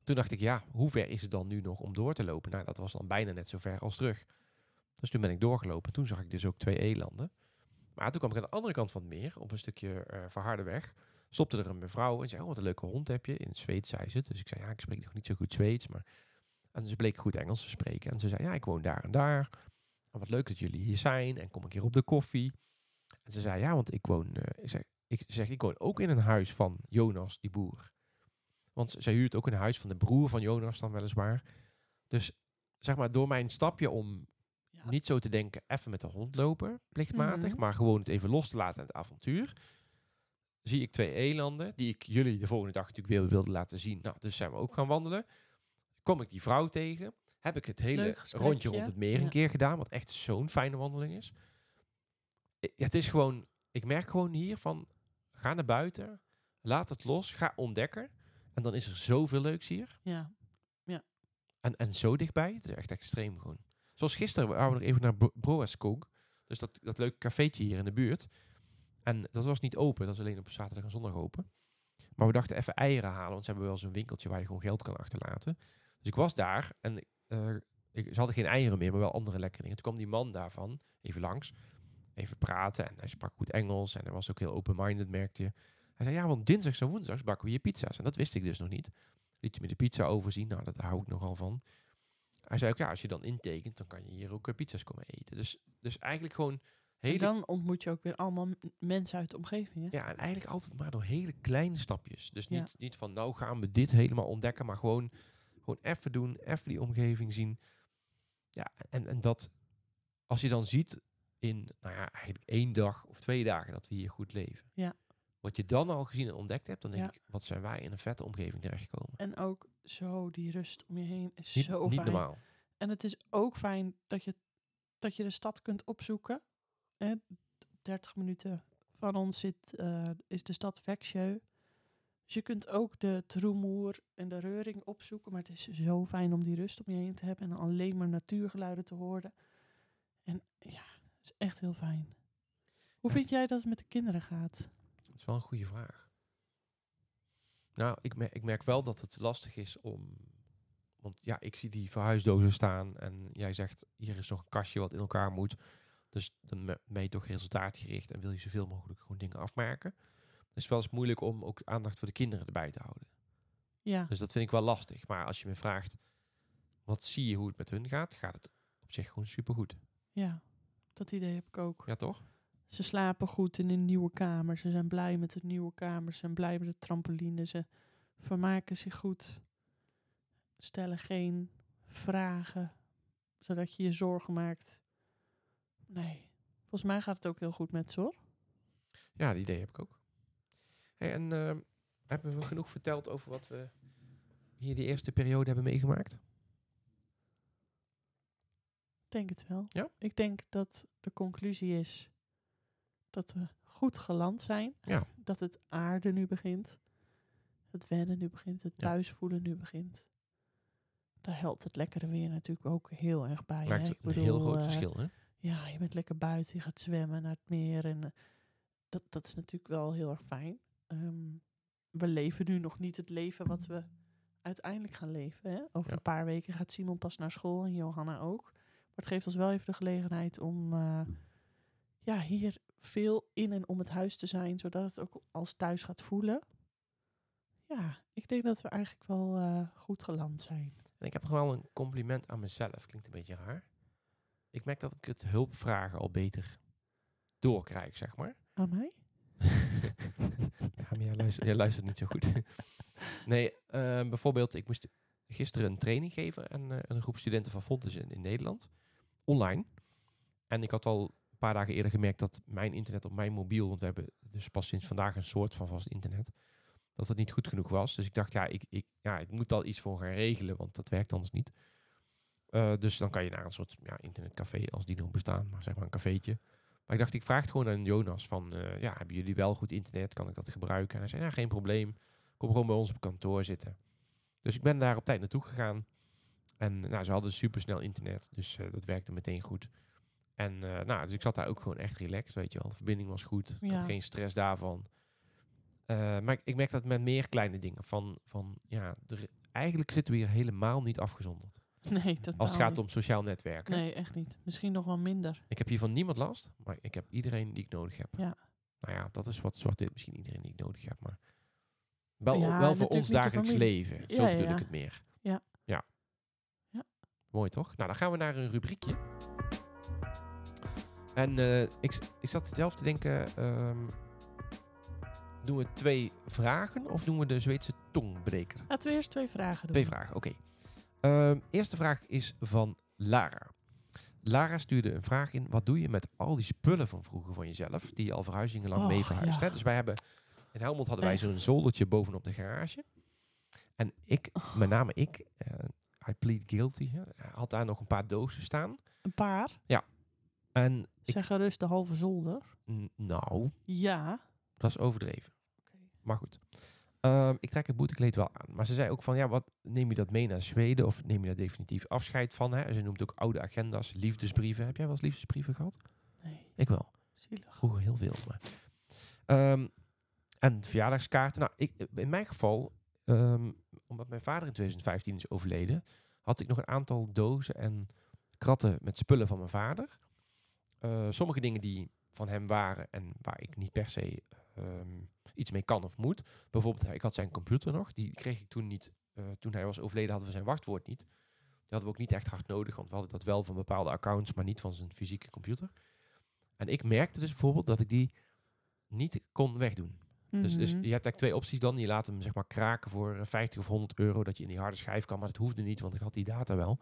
Toen dacht ik, ja, hoe ver is het dan nu nog om door te lopen? Nou, dat was dan bijna net zo ver als terug. Dus toen ben ik doorgelopen. Toen zag ik dus ook twee elanden. Maar toen kwam ik aan de andere kant van het meer, op een stukje eh verharde weg. Stopte er een mevrouw en zei, oh, wat een leuke hond heb je. In het Zweeds zei ze. Dus ik zei, ja, ik spreek nog niet zo goed Zweeds, maar en ze bleek goed Engels te spreken. En ze zei, ja, ik woon daar en daar. En wat leuk dat jullie hier zijn. En kom een keer op de koffie. En ze zei, ja, want ik woon... eh, ik, zeg, ik zeg, ik woon ook in een huis van Jonas, die boer. Want ze- zij huurt ook een huis van de broer van Jonas dan weliswaar. Dus zeg maar, door mijn stapje om Ja, Niet zo te denken, even met de hond lopen, plichtmatig, Mhm. maar gewoon het even los te laten aan het avontuur. Zie ik twee elanden, die ik jullie de volgende dag natuurlijk weer wilde laten zien. Nou, dus zijn we ook gaan wandelen. Kom ik die vrouw tegen, heb ik het hele Leuk gesprekje. rondje rond het meer Ja. een keer gedaan, wat echt zo'n fijne wandeling is. I- het is gewoon, ik merk gewoon hier van, ga naar buiten, laat het los, ga ontdekken. En dan is er zoveel leuks hier. Ja. En, en zo dichtbij, het is echt extreem gewoon. Zoals gisteren waren we nog even naar Bro- Broaskog. Dus dat, dat leuke cafeetje hier in de buurt. En dat was niet open, dat is alleen op zaterdag en zondag open. Maar we dachten even eieren halen, want ze hebben wel zo'n winkeltje waar je gewoon geld kan achterlaten. Dus ik was daar en eh, ik, ze hadden geen eieren meer, maar wel andere lekkere dingen. Toen kwam die man daarvan even langs, even praten. En hij sprak goed Engels en hij was ook heel open-minded, merkte je. Hij zei, ja, want dinsdags en woensdags bakken we je pizza's. En dat wist ik dus nog niet. Liet hij me de pizza overzien, nou, dat hou ik nogal van. Hij zei ook, ja, als je dan intekent, dan kan je hier ook eh, pizza's komen eten. Dus, dus eigenlijk gewoon En hele dan ontmoet je ook weer allemaal m- mensen uit de omgeving. Hè? ja, en eigenlijk altijd maar door hele kleine stapjes. Dus Ja. niet, niet van nou gaan we dit helemaal ontdekken, maar gewoon, gewoon even doen, even die omgeving zien. Ja, en, en dat als je dan ziet in nou ja, eigenlijk één dag of twee dagen dat we hier goed leven. Ja. Wat je dan al gezien en ontdekt hebt, dan denk Ja. ik, wat zijn wij in een vette omgeving terechtgekomen. En ook zo die rust om je heen is Niet, zo niet fijn. normaal. En het is ook fijn dat je, dat je de stad kunt opzoeken. Hè, 30 minuten van ons zit, eh, is de stad Vexjeu. Dus je kunt ook de Troemoer en de Reuring opzoeken. Maar het is zo fijn om die rust om je heen te hebben. En alleen maar natuurgeluiden te horen. En ja, het is echt heel fijn. Hoe Ja. vind jij dat het met de kinderen gaat? Dat is wel een goede vraag. Nou, ik, mer- ik merk wel dat het lastig is om. Want ja, ik zie die verhuisdozen staan en jij zegt: hier is nog een kastje wat in elkaar moet. Dus dan me- ben je toch resultaatgericht en wil je zoveel mogelijk gewoon dingen afmaken. Het is wel eens moeilijk om ook aandacht voor de kinderen erbij te houden. Ja, Dus dat vind ik wel lastig. Maar als je me vraagt: wat zie je hoe het met hun gaat? Gaat het op zich gewoon supergoed. ja, dat idee heb ik ook. Ja, toch? Ze slapen goed in een nieuwe kamer. Ze zijn blij met de nieuwe kamer. Ze zijn blij met de trampoline. Ze vermaken zich goed. Stellen geen vragen, zodat je je zorgen maakt. Nee, volgens mij gaat het ook heel goed met ze hoor. Ja, die idee heb ik ook. Hey, en ehm, hebben we genoeg verteld over wat we hier die eerste periode hebben meegemaakt? Ik denk het wel. Ja? Ik denk dat de conclusie is dat we goed geland zijn. Ja. Dat het aarde nu begint. Het wennen nu begint. Het Ja. thuisvoelen nu begint. Daar helpt het lekkere weer natuurlijk ook heel erg bij. Maakt hè. een Ik bedoel, heel groot eh, verschil, hè? Ja, je bent lekker buiten. Je gaat zwemmen naar het meer. En eh, dat, dat is natuurlijk wel heel erg fijn. Ehm, we leven nu nog niet het leven wat we uiteindelijk gaan leven. Hè? Over Ja. een paar weken gaat Simon pas naar school en Johanna ook. Maar het geeft ons wel even de gelegenheid om eh, ja, hier veel in en om het huis te zijn, zodat het ook als thuis gaat voelen. Ja, ik denk dat we eigenlijk wel eh, goed geland zijn. En ik heb toch wel een compliment aan mezelf. Klinkt een beetje raar. Ik merk dat ik het hulpvragen al beter doorkrijg, zeg maar. Aan mij? ja, maar jij luistert, jij luistert niet zo goed. nee, eh, bijvoorbeeld, ik moest gisteren een training geven aan eh, een groep studenten van Fontes in, in Nederland, online. En ik had al een paar dagen eerder gemerkt dat mijn internet op mijn mobiel, want we hebben dus pas sinds vandaag een soort van vast internet, dat dat niet goed genoeg was. Dus ik dacht, ja, ik, ik, ja, ik moet daar iets voor gaan regelen, want dat werkt anders niet. Eh, dus dan kan je naar een soort ja, internetcafé, als die nog bestaan, maar zeg maar een cafeetje. Maar ik dacht, ik vraag het gewoon aan Jonas van, eh, ja, hebben jullie wel goed internet? Kan ik dat gebruiken? En hij zei, ja, geen probleem. Kom gewoon bij ons op kantoor zitten. Dus ik ben daar op tijd naartoe gegaan. En nou, ze hadden supersnel internet, dus eh, dat werkte meteen goed. En eh, nou, dus ik zat daar ook gewoon echt relaxed, weet je wel. De verbinding was goed, ik Ja. had geen stress daarvan. Eh, maar ik, ik merk dat met meer kleine dingen. Van, van ja, er, eigenlijk zitten we hier helemaal niet afgezonderd. Nee, totaal Als het gaat niet. om sociaal netwerken. Nee, echt niet. Misschien nog wel minder. Ik heb hier van niemand last, maar ik heb iedereen die ik nodig heb. Ja. Nou ja, dat is wat soort dit misschien iedereen die ik nodig heb, maar wel, Ja, wel voor natuurlijk ons niet je dagelijks familie. leven. Zo Ja, ja, bedoel ja. ik het meer. Ja. ja. Ja. Mooi toch? Nou, dan gaan we naar een rubriekje. En eh, ik, z- ik zat zelf te denken, ehm, doen we twee vragen of doen we de Zweedse tongbreker? Laten we eerst twee vragen doen. Twee vragen, oké. Ehm, eerste vraag is van Lara. Lara stuurde een vraag in. Wat doe je met al die spullen van vroeger van jezelf? Die je al verhuizingenlang lang mee Och, verhuisd ja. hebt. Dus wij hebben... In Helmond hadden wij Echt. zo'n zoldertje bovenop de garage. En ik, met name ik... eh, I plead guilty. hè, Had daar nog een paar dozen staan. Een paar. En ik, Zeg gerust de halve zolder. n- nou, Ja. dat is overdreven. Maar goed. Ehm, ik trek het boetekleed wel aan. Maar ze zei ook van, ja, wat neem je dat mee naar Zweden? Of neem je daar definitief afscheid van? Hè? En Ze noemt ook oude agenda's, liefdesbrieven. Heb jij wel eens liefdesbrieven gehad? Nee, Ik wel. zielig. Vroeger heel veel. Maar. Ehm, en verjaardagskaarten. Nou, ik, in mijn geval, ehm, omdat mijn vader in 2015 is overleden, had ik nog een aantal dozen en kratten met spullen van mijn vader. Eh, sommige dingen die van hem waren en waar ik niet per se ehm, iets mee kan of moet. Bijvoorbeeld, ik had zijn computer nog. Die kreeg ik toen niet. eh, toen hij was overleden hadden we zijn wachtwoord niet. Die hadden we ook niet echt hard nodig, want we hadden dat wel van bepaalde accounts, maar niet van zijn fysieke computer. En ik merkte dus bijvoorbeeld dat ik die niet kon wegdoen. Dus, dus Mhm. je hebt eigenlijk twee opties dan. Je laat hem zeg maar kraken voor eh, 50 of 100 euro dat je in die harde schijf kan. Maar dat hoefde niet, want ik had die data wel.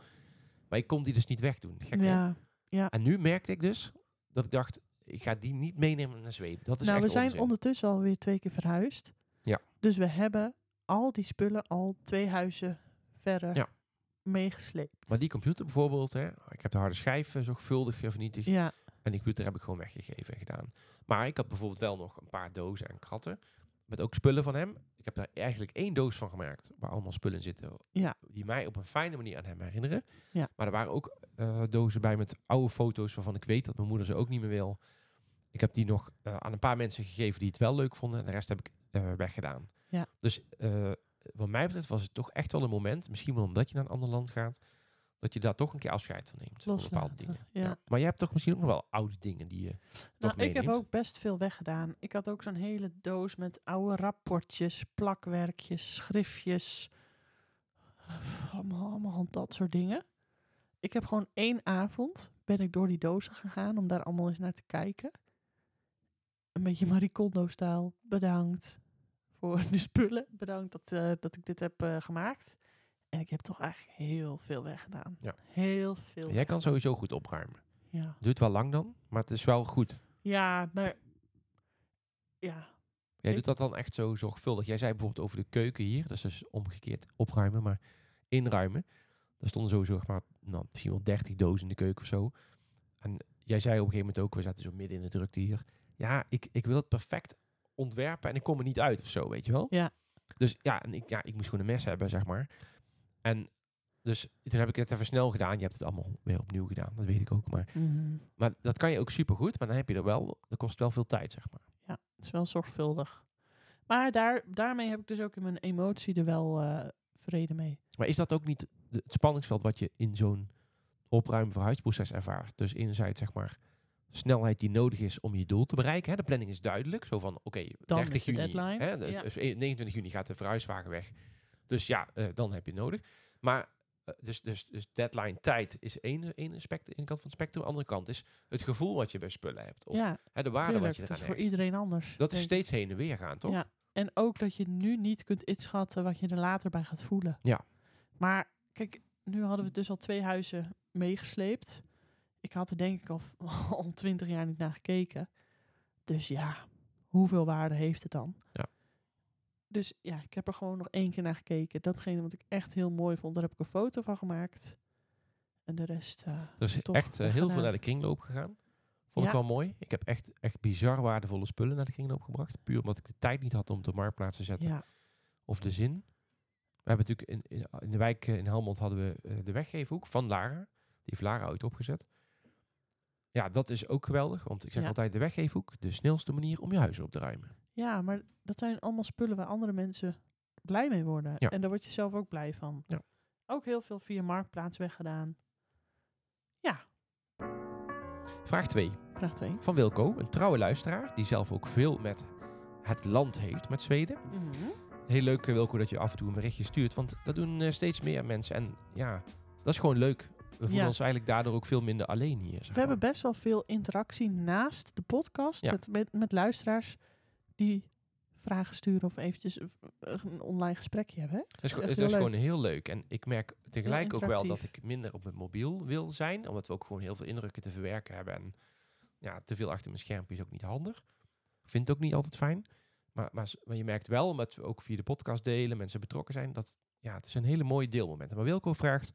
Maar ik kon die dus niet wegdoen. Gek, hè? ja. En nu merkte ik dus dat ik dacht, ik ga die niet meenemen naar Zweden. Dat is Nou, we echt zijn onzin. ondertussen alweer twee keer verhuisd. Ja. Dus we hebben al die spullen al twee huizen verder Ja. meegesleept. Maar die computer bijvoorbeeld, hè, ik heb de harde schijf eh, zorgvuldig eh, vernietigd. ja, En die computer heb ik gewoon weggegeven en gedaan. Maar ik had bijvoorbeeld wel nog een paar dozen en kratten. Met ook spullen van hem. Ik heb daar eigenlijk één doos van gemaakt. Waar allemaal spullen in zitten. Ja. Die mij op een fijne manier aan hem herinneren. Ja. Maar er waren ook eh, dozen bij met oude foto's. Waarvan ik weet dat mijn moeder ze ook niet meer wil. Ik heb die nog eh, aan een paar mensen gegeven die het wel leuk vonden. En de rest heb ik eh, weggedaan. Ja. Dus eh, wat mij betreft was het toch echt wel een moment. Misschien wel omdat je naar een ander land gaat. Dat je daar toch een keer afscheid van neemt. Van bepaalde Loslaten, dingen. ja. Maar je hebt toch misschien ook nog wel oude dingen die je nou, ik heb meeneemt. ook best veel weggedaan. Ik had ook zo'n hele doos met oude rapportjes, plakwerkjes, schriftjes. Allemaal, allemaal dat soort dingen. Ik heb gewoon één avond ben ik door die dozen gegaan om daar allemaal eens naar te kijken. Een beetje Marie Kondo-staal. Bedankt voor de spullen. Bedankt dat, eh, dat ik dit heb eh, gemaakt. En ik heb toch eigenlijk heel veel weggedaan. Ja. Heel veel. Jij kan sowieso goed opruimen. Ja. Duurt wel lang dan, maar het is wel goed. Ja, maar... Ja, Jij Ik- doet dat dan echt zo zorgvuldig. Jij zei bijvoorbeeld over de keuken hier, dat is dus omgekeerd opruimen, maar inruimen. Daar stonden sowieso zeg maar, nou, misschien wel 30 dozen in de keuken of zo. En jij zei op een gegeven moment ook, we zaten zo midden in de drukte hier. Ja, ik, ik wil het perfect ontwerpen en ik kom er niet uit of zo, weet je wel? Ja. Dus ja, en ik, ja, ik moest gewoon een mes hebben, zeg maar. En dus toen heb ik het even snel gedaan. Je hebt het allemaal weer opnieuw gedaan, dat weet ik ook. Maar Mhm. Maar dat kan je ook supergoed, maar dan heb je er wel, dat kost wel veel tijd, zeg maar. Het is wel zorgvuldig. Maar daar, daarmee heb ik dus ook in mijn emotie er wel eh, vrede mee. Maar is dat ook niet de- het spanningsveld wat je in zo'n opruim verhuisproces ervaart? Dus enerzijds, zeg maar, snelheid die nodig is om je doel te bereiken. Hè? De planning is duidelijk, zo van, oké, 30 is de juni, deadline, Hè? de- ja. dus e- 29 juni gaat de verhuiswagen weg. Dus ja, eh, dan heb je het nodig. Maar, eh, dus, dus, dus deadline tijd is één, één aspect, één kant van het spectrum. De andere kant is het gevoel wat je bij spullen hebt. Of ja, hè, de waarde tuurlijk. Dat wat je is eraan voor hebt. iedereen anders. Dat is denk ik. steeds heen en weer gaan, toch? Ja. En ook dat je nu niet kunt inschatten wat je er later bij gaat voelen. Ja. Maar kijk, nu hadden we dus al twee huizen meegesleept. Ik had er denk ik al, al twintig jaar niet naar gekeken. Dus ja, hoeveel waarde heeft het dan? Ja. Dus ja, ik heb er gewoon nog één keer naar gekeken. Datgene wat ik echt heel mooi vond, daar heb ik een foto van gemaakt. En de rest... eh, Er is toch echt eh, heel veel gedaan. naar de kringloop gegaan. Vond ik Ja. wel mooi. Ik heb echt, echt bizar waardevolle spullen naar de kringloop gebracht. Puur omdat ik de tijd niet had om het op marktplaats te zetten. ja, Of de zin. We hebben natuurlijk in, in, in de wijk eh, in Helmond hadden we eh, de weggeefhoek van Lara. Die heeft Lara ooit opgezet. Ja, dat is ook geweldig. Want ik zeg Ja. altijd, de weggeefhoek, de snelste manier om je huis op te ruimen. ja, maar dat zijn allemaal spullen waar andere mensen blij mee worden. Ja. En daar word je zelf ook blij van. Ja. Ook heel veel via Marktplaats weggedaan. Vraag 2. Vraag 2. Van Wilco, een trouwe luisteraar. Die zelf ook veel met het land heeft, met Zweden. heel leuk, eh, Wilco, dat je af en toe een berichtje stuurt. Want dat doen eh, steeds meer mensen. En ja, dat is gewoon leuk. We voelen Ja. ons eigenlijk daardoor ook veel minder alleen hier. zeg We hebben maar. best wel veel interactie naast de podcast Ja. met, met, met luisteraars die vragen sturen of eventjes eh, een online gesprekje hebben. hè? Dat is, gewoon- echt dat is heel gewoon heel leuk. En ik merk tegelijk ook wel dat interactief. ik minder op mijn mobiel wil zijn. Omdat we ook gewoon heel veel indrukken te verwerken hebben. En ja, te veel achter mijn schermpje is ook niet handig. Ik vind het ook niet altijd fijn. Maar, maar, s- maar je merkt wel, omdat we ook via de podcast delen, mensen betrokken zijn, dat ja, het is een hele mooie deelmoment. Maar Wilco vraagt,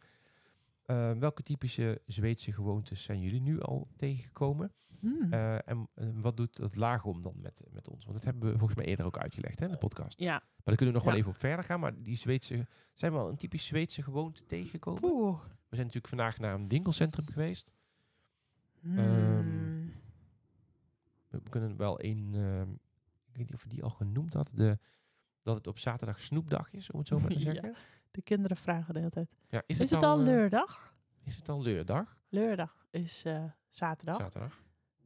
eh, welke typische Zweedse gewoontes zijn jullie nu al tegengekomen? Hmm. Eh, en eh, wat doet dat Lagom dan met, met ons? Want dat hebben we volgens mij eerder ook uitgelegd hè, in de podcast. ja, Maar daar kunnen we nog Ja. wel even op verder gaan. Maar die Zweedse, zijn we al een typisch Zweedse gewoonte tegengekomen? poeh. We zijn natuurlijk vandaag naar een winkelcentrum geweest. Hmm. Ehm, We kunnen wel één, ehm, ik weet niet of we die al genoemd had, de, dat het op zaterdag snoepdag is, om het zo maar te Ja. zeggen. Ja. de kinderen vragen de hele tijd. is, Is, het al, eh, leurdag? Is het al leurdag? Leurdag is eh, zaterdag. Zaterdag.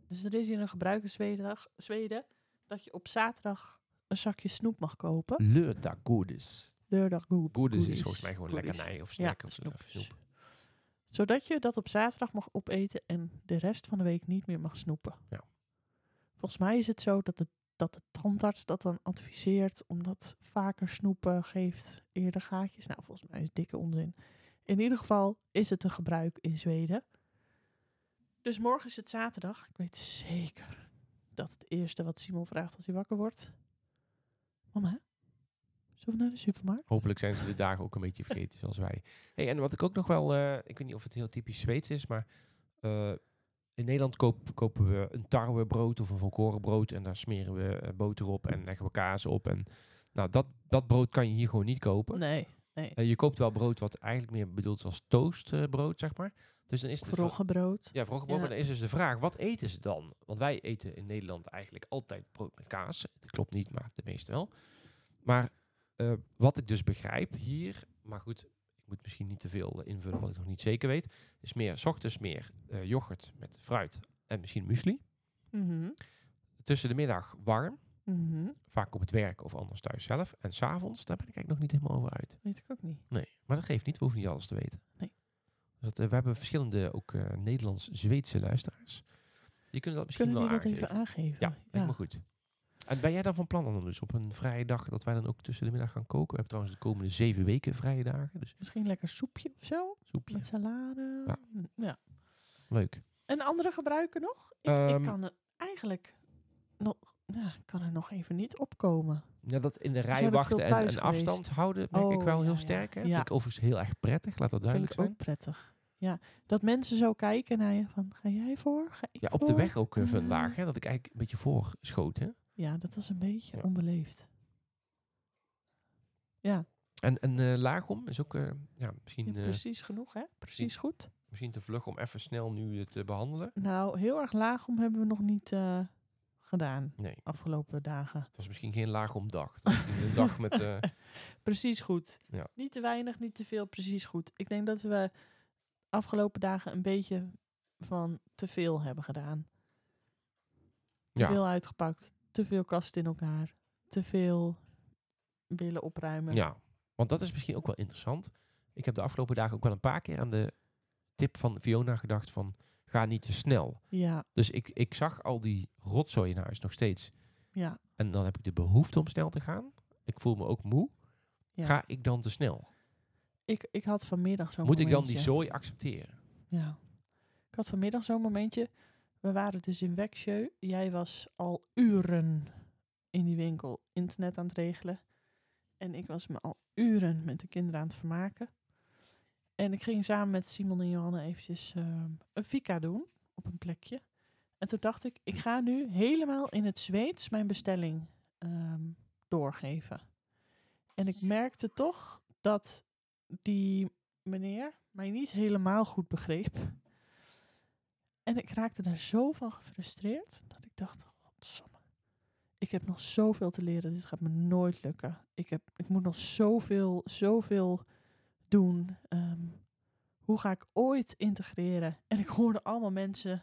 Dus er is hier een gebruik in Zweden, Zweden dat je op zaterdag een zakje snoep mag kopen. Leurdag goedes. Leurdag goed. Goedes is volgens mij gewoon goodies. lekkernij of snack of, eh, of snoepjes. snoep. Zodat je dat op zaterdag mag opeten en de rest van de week niet meer mag snoepen. Ja. Volgens mij is het zo dat de, dat de tandarts dat dan adviseert, omdat vaker snoepen geeft eerder gaatjes. Nou, volgens mij is het dikke onzin. In ieder geval is het een gebruik in Zweden. Dus morgen is het zaterdag. Ik weet zeker dat het eerste wat Simon vraagt als hij wakker wordt. Mama, zullen we naar de supermarkt? Hopelijk zijn ze de dagen ook een beetje vergeten, zoals wij. Hey, en wat ik ook nog wel, eh, ik weet niet of het heel typisch Zweeds is, maar eh, in Nederland koop- kopen we een tarwebrood of een volkorenbrood en daar smeren we eh, boter op en leggen we kaas op. En nou, dat, dat brood kan je hier gewoon niet kopen. Nee, nee. Eh, je koopt wel brood wat eigenlijk meer bedoeld is als toastbrood, zeg maar. Dus dan is het Vroggenbrood. ja, vroeg Ja. Maar dan is dus de vraag, wat eten ze dan? Want wij eten in Nederland eigenlijk altijd brood met kaas. Dat klopt niet, maar de meeste wel. Maar eh, wat ik dus begrijp hier... Maar goed, ik moet misschien niet te veel eh, invullen wat ik nog niet zeker weet. Is meer, s ochtends meer eh, yoghurt met fruit en misschien muesli. Mhm, Tussen de middag warm, mhm. vaak op het werk of anders thuis zelf. En s'avonds, daar ben ik eigenlijk nog niet helemaal over uit. Weet ik ook niet. Nee, maar dat geeft niet. We hoeven niet alles te weten. Nee. Dus dat, eh, we hebben verschillende ook eh, Nederlands-Zweedse luisteraars. Je kunt dat misschien Kunnen wel die dat aangeven. even aangeven? ja, lijkt me goed. En ben jij dan van plan dan dus op een vrije dag dat wij dan ook tussen de middag gaan koken? We hebben trouwens de komende zeven weken vrije dagen, dus Misschien lekker soepje of zo, soepje. met salade. Ja. Mm, Ja. Leuk. En andere gebruiken nog? Ik, Ehm, ik kan er eigenlijk nog, ja, ik kan er nog even niet opkomen. Ja, dat in de zijn rij ook wachten veel en, thuis en geweest. afstand houden merk ik Oh, wel ja, heel ja. sterk. Hè? Ja. Vind ik overigens heel erg prettig, laat dat duidelijk Vind ik zijn. ook prettig. Ja, dat mensen zo kijken naar je van, ga jij voor? Ga ik Ja, op de voor? weg ook eh, Ja. vandaag, hè, dat ik eigenlijk een beetje voorschoot. Hè? Ja, dat was een beetje Ja. onbeleefd. En, en eh, Laagom is ook eh, ja, Ja, misschien, eh, precies genoeg, hè? Precies goed. misschien te vlug om even snel nu eh, te behandelen. Nou, heel erg laag om hebben we nog niet eh, gedaan Nee, afgelogen dagen. het was misschien geen laag om dag. Het was misschien een dag met... eh, Precies goed. Ja. Niet te weinig, niet te veel, precies goed. Ik denk dat we afgelopen dagen een beetje van te veel hebben gedaan. Te Ja. veel uitgepakt, te veel kast in elkaar, te veel willen opruimen. ja, want dat is misschien ook wel interessant. Ik heb de afgelopen dagen ook wel een paar keer aan de tip van Fiona gedacht van... Ga niet te snel. ja, Dus ik, ik zag al die rotzooi in huis nog steeds. ja. En dan heb ik de behoefte om snel te gaan. Ik voel me ook moe. Ja. Ga ik dan te snel? Ik, ik had vanmiddag zo'n Moet ik dan die momentje. zooi accepteren? Ja. Ik had vanmiddag zo'n momentje. We waren dus in Weksjeu. Jij was al uren in die winkel internet aan het regelen. En ik was me al uren met de kinderen aan het vermaken. En ik ging samen met Simon en Johanna eventjes ehm, een fika doen op een plekje. En toen dacht ik, ik ga nu helemaal in het Zweeds mijn bestelling ehm, doorgeven. En ik merkte toch dat die meneer mij niet helemaal goed begreep. En ik raakte daar zo van gefrustreerd dat ik dacht, godsamme, ik heb nog zoveel te leren, dit gaat me nooit lukken. Ik, heb, ik moet nog zoveel, zoveel doen. Ehm, hoe ga ik ooit integreren? En ik hoorde allemaal mensen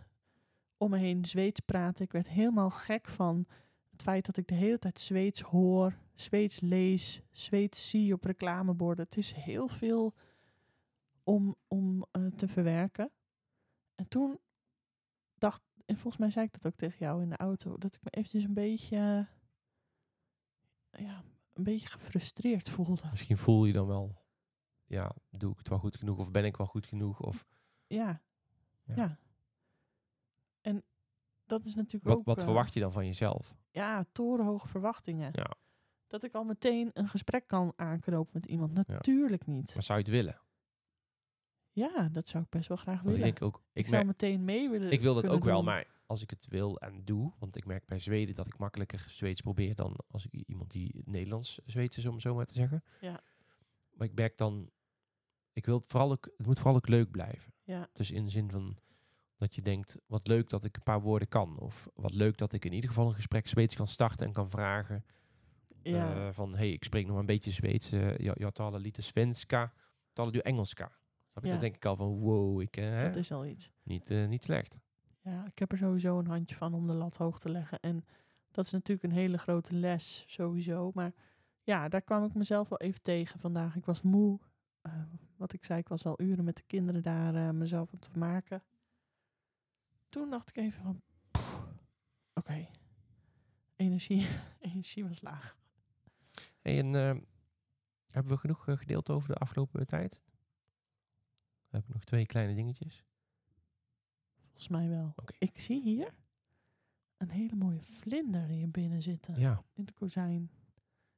om me heen Zweeds praten. Ik werd helemaal gek van het feit dat ik de hele tijd Zweeds hoor, Zweeds lees, Zweeds zie op reclameborden. Het is heel veel om, om eh, te verwerken. En toen dacht, en volgens mij zei ik dat ook tegen jou in de auto, dat ik me eventjes een beetje ja, een beetje gefrustreerd voelde. Misschien voel je dan wel, ja, doe ik het wel goed genoeg of ben ik wel goed genoeg of Ja. Ja. Ja. En dat is natuurlijk wat, ook... wat eh, verwacht je dan van jezelf? Ja, torenhoge verwachtingen. Ja. Dat ik al meteen een gesprek kan aanknopen met iemand. Natuurlijk niet. Maar zou je het willen? Ja, dat zou ik best wel graag Want ik willen. denk Ik, ook, ik, zou merk- meteen mee willen ik wil dat kunnen ook wel, doen. maar als ik het wil en doe, want ik merk bij Zweden dat ik makkelijker Zweeds probeer dan als ik i- iemand die Nederlands Zweeds is, om het zo maar te zeggen. Ja. Maar ik merk dan, ik wil het vooral ook, het moet vooral ook leuk blijven. Ja. Dus in de zin van dat je denkt, wat leuk dat ik een paar woorden kan. Of wat leuk dat ik in ieder geval een gesprek Zweeds kan starten en kan vragen. Ja. eh, van, hey, ik spreek nog maar een beetje Zweeds. eh ja, ja, talen lite svenska, talen du engelska. Snap je? Ja. Dan denk ik al van, wow, ik, eh, hè, Dat is al iets. niet, eh, niet slecht. Ja, ik heb er sowieso een handje van om de lat hoog te leggen. En dat is natuurlijk een hele grote les, sowieso. Maar ja, daar kwam ik mezelf wel even tegen vandaag. Ik was moe. Eh, wat ik zei, ik was al uren met de kinderen daar eh, mezelf aan het vermaken. Toen dacht ik even van, "Pff, oké, energie, energie was laag. Hey, en eh, hebben we genoeg eh, gedeeld over de afgelopen tijd? We hebben nog twee kleine dingetjes. Volgens mij wel. Oké. Ik zie hier een hele mooie vlinder hier binnen zitten, Ja, in het kozijn.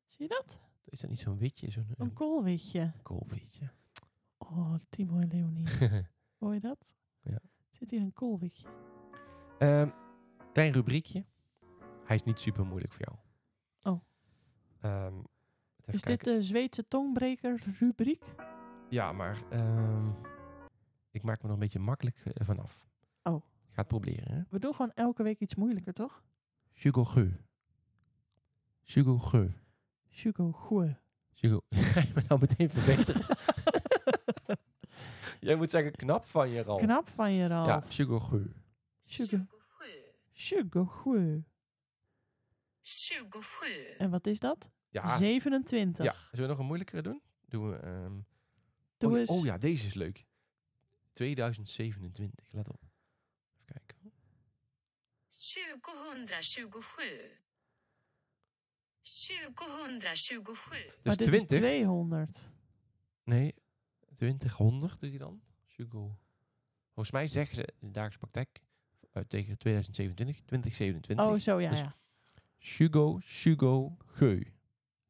Zie je dat? is dat niet zo'n witje? Zo'n Een een koolwitje. koolwitje. Oh, Timo en Leonie. Hoor je dat? Ja. Zit hier een koolwitje. Ehm, klein rubriekje. Hij is niet super moeilijk voor jou. Oh. Ehm, even Is dit kijken. de Zweedse tongbreker rubriek? Ja, maar ehm, ik maak me er een beetje makkelijk eh, vanaf. Oh. Ik ga het proberen, hè? We doen gewoon elke week iets moeilijker, toch? Sugogeu. Sugogeu. Shugo goe. Sugogeu. Ga je me nou meteen verbeteren? Jij moet zeggen knap van je, Ralf. Knap van je, Ralf. Ja, sugogeu. 27. 27. En wat is dat? Ja. 27. ja. Zullen we nog een moeilijkere doen? Doen we... ehm, Doe oh, ja- eens. oh ja, deze is leuk. 2027, let op. Even kijken. 2027 2027 Maar Dus dit 20... is 200. Nee, 2000 doet hij dan. Sugo. Volgens mij zeggen ze in de dagelijkse praktijk eh, tegen 2027, 2027. Oh, zo, ja, Dus- ja. Sugo, sugo, geu.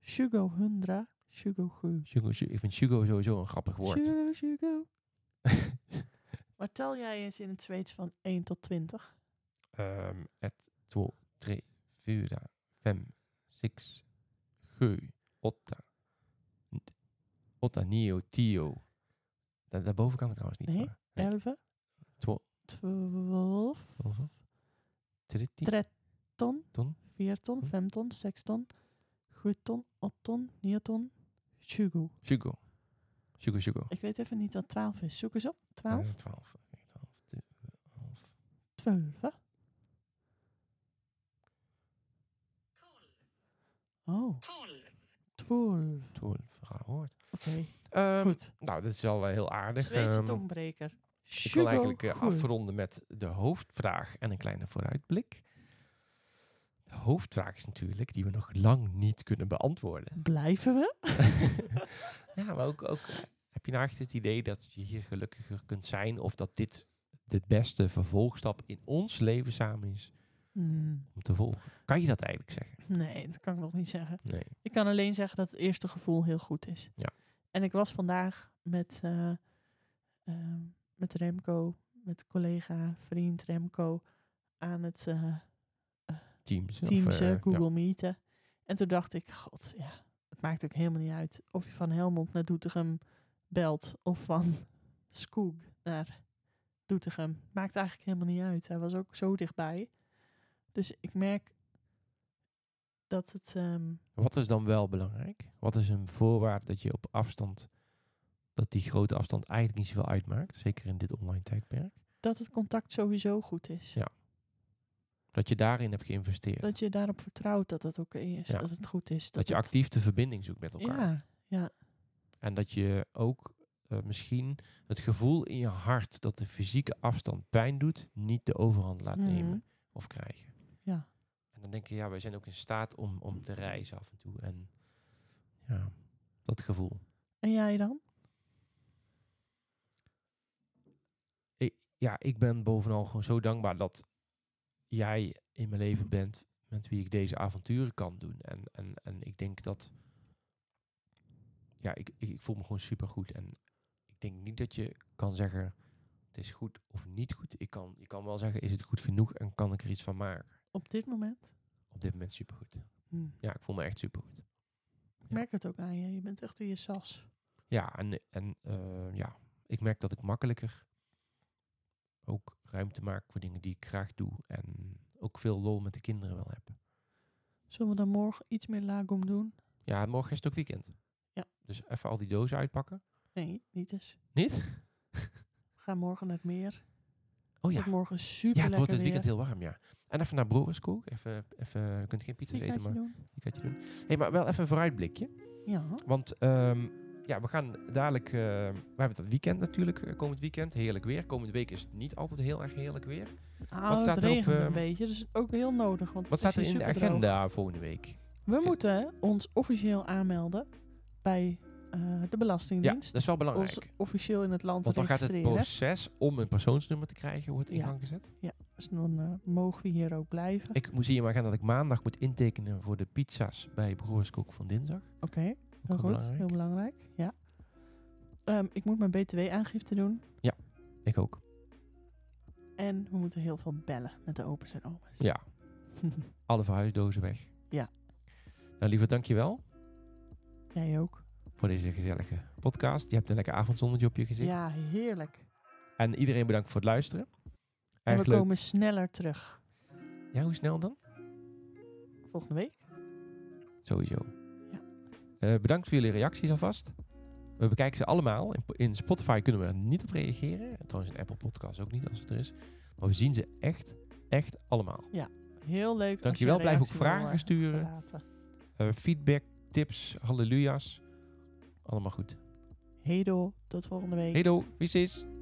Shugo hundra. Shugo goe. Sugo, su- ik vind sugo sowieso een grappig woord. Shugo, shugo. Maar tel jij eens in het Zweeds van 1 tot 20? Ehm et, två, tre, fyra, fem, sex, sju, åtta. N- Åtta, nio, tio. Da- Daarboven kan het trouwens niet. Nee, maar- Nee. 11? Twa- 12? Boven. Tritien, Tretton? ton, Vierton, Hm? femton, sexton, sjuton, åtton, nioton, tjugo. sugo. Sugo, sugo. Ik weet even niet wat twaalf is. Zoek eens op. Twaalf? Eh, twaalf. Nee, twaalf, tu- twaalf. Twaalf, hè? Oh, 12 twaalf. Twaalf, raar woord. Oké, Ehm, goed. Nou, dat is al eh, heel aardig. Zweedse Ehm, tongbreker. ik Tjugo wil eigenlijk eh, goe. afronden met de hoofdvraag en een kleine vooruitblik. De hoofdvraag is natuurlijk die we nog lang niet kunnen beantwoorden. Blijven we? ja, maar ook, ook eh, heb je nou echt het idee dat je hier gelukkiger kunt zijn of dat dit de beste vervolgstap in ons leven samen is Hmm, om te volgen? Kan je dat eigenlijk zeggen? Nee, dat kan ik nog niet zeggen. Nee. Ik kan alleen zeggen dat het eerste gevoel heel goed is. Ja. En ik was vandaag met, eh, ehm, met Remco, met collega, vriend Remco, aan het eh, Teams. of, Teams, eh, eh, ja. Google Meeten. En toen dacht ik, god, ja, het maakt ook helemaal niet uit of je van Helmond naar Doetinchem belt of van Skoog naar Doetinchem. Maakt eigenlijk helemaal niet uit. Hij was ook zo dichtbij. Dus ik merk dat het... ehm, Wat is dan wel belangrijk? Wat is een voorwaarde dat je op afstand, dat die grote afstand eigenlijk niet zoveel uitmaakt, zeker in dit online tijdperk? dat het contact sowieso goed is. Ja. Dat je daarin hebt geïnvesteerd. Dat, Dat je daarop vertrouwt dat het oké is, Ja. dat het goed is. Dat, je het- actief de verbinding zoekt met elkaar. Ja, En dat je ook eh, misschien het gevoel in je hart dat de fysieke afstand pijn doet, niet de overhand laat Mhm. nemen of krijgen. Ja. En En dan denk je, ja, wij zijn ook in staat om, om te reizen af en toe. En ja, dat gevoel. En jij dan? ja, ik ben bovenal gewoon zo dankbaar dat jij in mijn leven bent met wie ik deze avonturen kan doen. En, en, en ik denk dat. Ja, ik, ik, ik voel me gewoon supergoed. En ik denk niet dat je kan zeggen: het is goed of niet goed. Ik kan, je kan wel zeggen: is het goed genoeg en kan ik er iets van maken? Op dit moment? Op dit moment supergoed. Hm. Ja, ik voel me echt supergoed. Ik merk het ook aan je. Je bent echt in je sas. Ja, en, en eh, ja, ik merk dat ik makkelijker ook ruimte maak voor dingen die ik graag doe. En ook veel lol met de kinderen wel heb. Zullen we dan morgen iets meer lagom doen? Ja, morgen is het ook weekend. Ja. Dus even al die dozen uitpakken. Nee, niet eens. Niet? We gaan morgen naar het meer. Het Oh ja, wordt morgen super ja het wordt lekker het weekend weer. heel warm, ja. En even naar Broerskoek. Even, even, je kunt geen pizza's eten, maar Vliegtuigje doen? ik ga het je doen. Hé, hey, maar wel even een vooruitblikje. Ja. Want ehm, ja, we gaan dadelijk. eh, we hebben dat weekend natuurlijk, eh, komend weekend. Heerlijk weer. Komende week is het niet altijd heel erg heerlijk weer. Ah, staat het er op, regent een ehm, beetje, dus ook heel nodig. Want het Wat staat er is in hier de superdroog. agenda volgende week? We moeten ons officieel aanmelden bij eh, de Ja, Belastingdienst. dat is wel belangrijk. ons officieel in het land Want dan gaat het registreren. proces om een persoonsnummer te krijgen wordt in Ja. gang gezet. Dus dan eh, mogen we hier ook blijven. Ik moet hier maar gaan dat ik maandag moet intekenen voor de pizza's bij Broerskoek van dinsdag. Oké, Ook heel Oh, wel goed. belangrijk. Heel belangrijk, ja. Ehm, ik moet mijn btw-aangifte doen. Ik ook. En we moeten heel veel bellen met de opa's en oma's. Ja, alle verhuisdozen weg. Ja. Nou, liever dankjewel Jij ook? voor deze gezellige podcast. Je hebt een lekker avondzonnetje op je gezicht. Ja, heerlijk. En iedereen bedankt voor het luisteren. En we Erg leuk. komen sneller terug. Ja, hoe snel dan? Volgende week? Sowieso. Ja. Eh, bedankt voor jullie reacties alvast. We bekijken ze allemaal. In, in Spotify kunnen we er niet op reageren. En Trouwens, in Apple Podcasts ook niet als het er is. Maar we zien ze echt, echt allemaal. Heel leuk. als je Dankjewel. een Blijf ook reactie wil, vragen eh, sturen. achterlaten. Eh, feedback, tips, halleluja's. Allemaal goed. Hey doe, tot volgende week. Hey doe, wie is?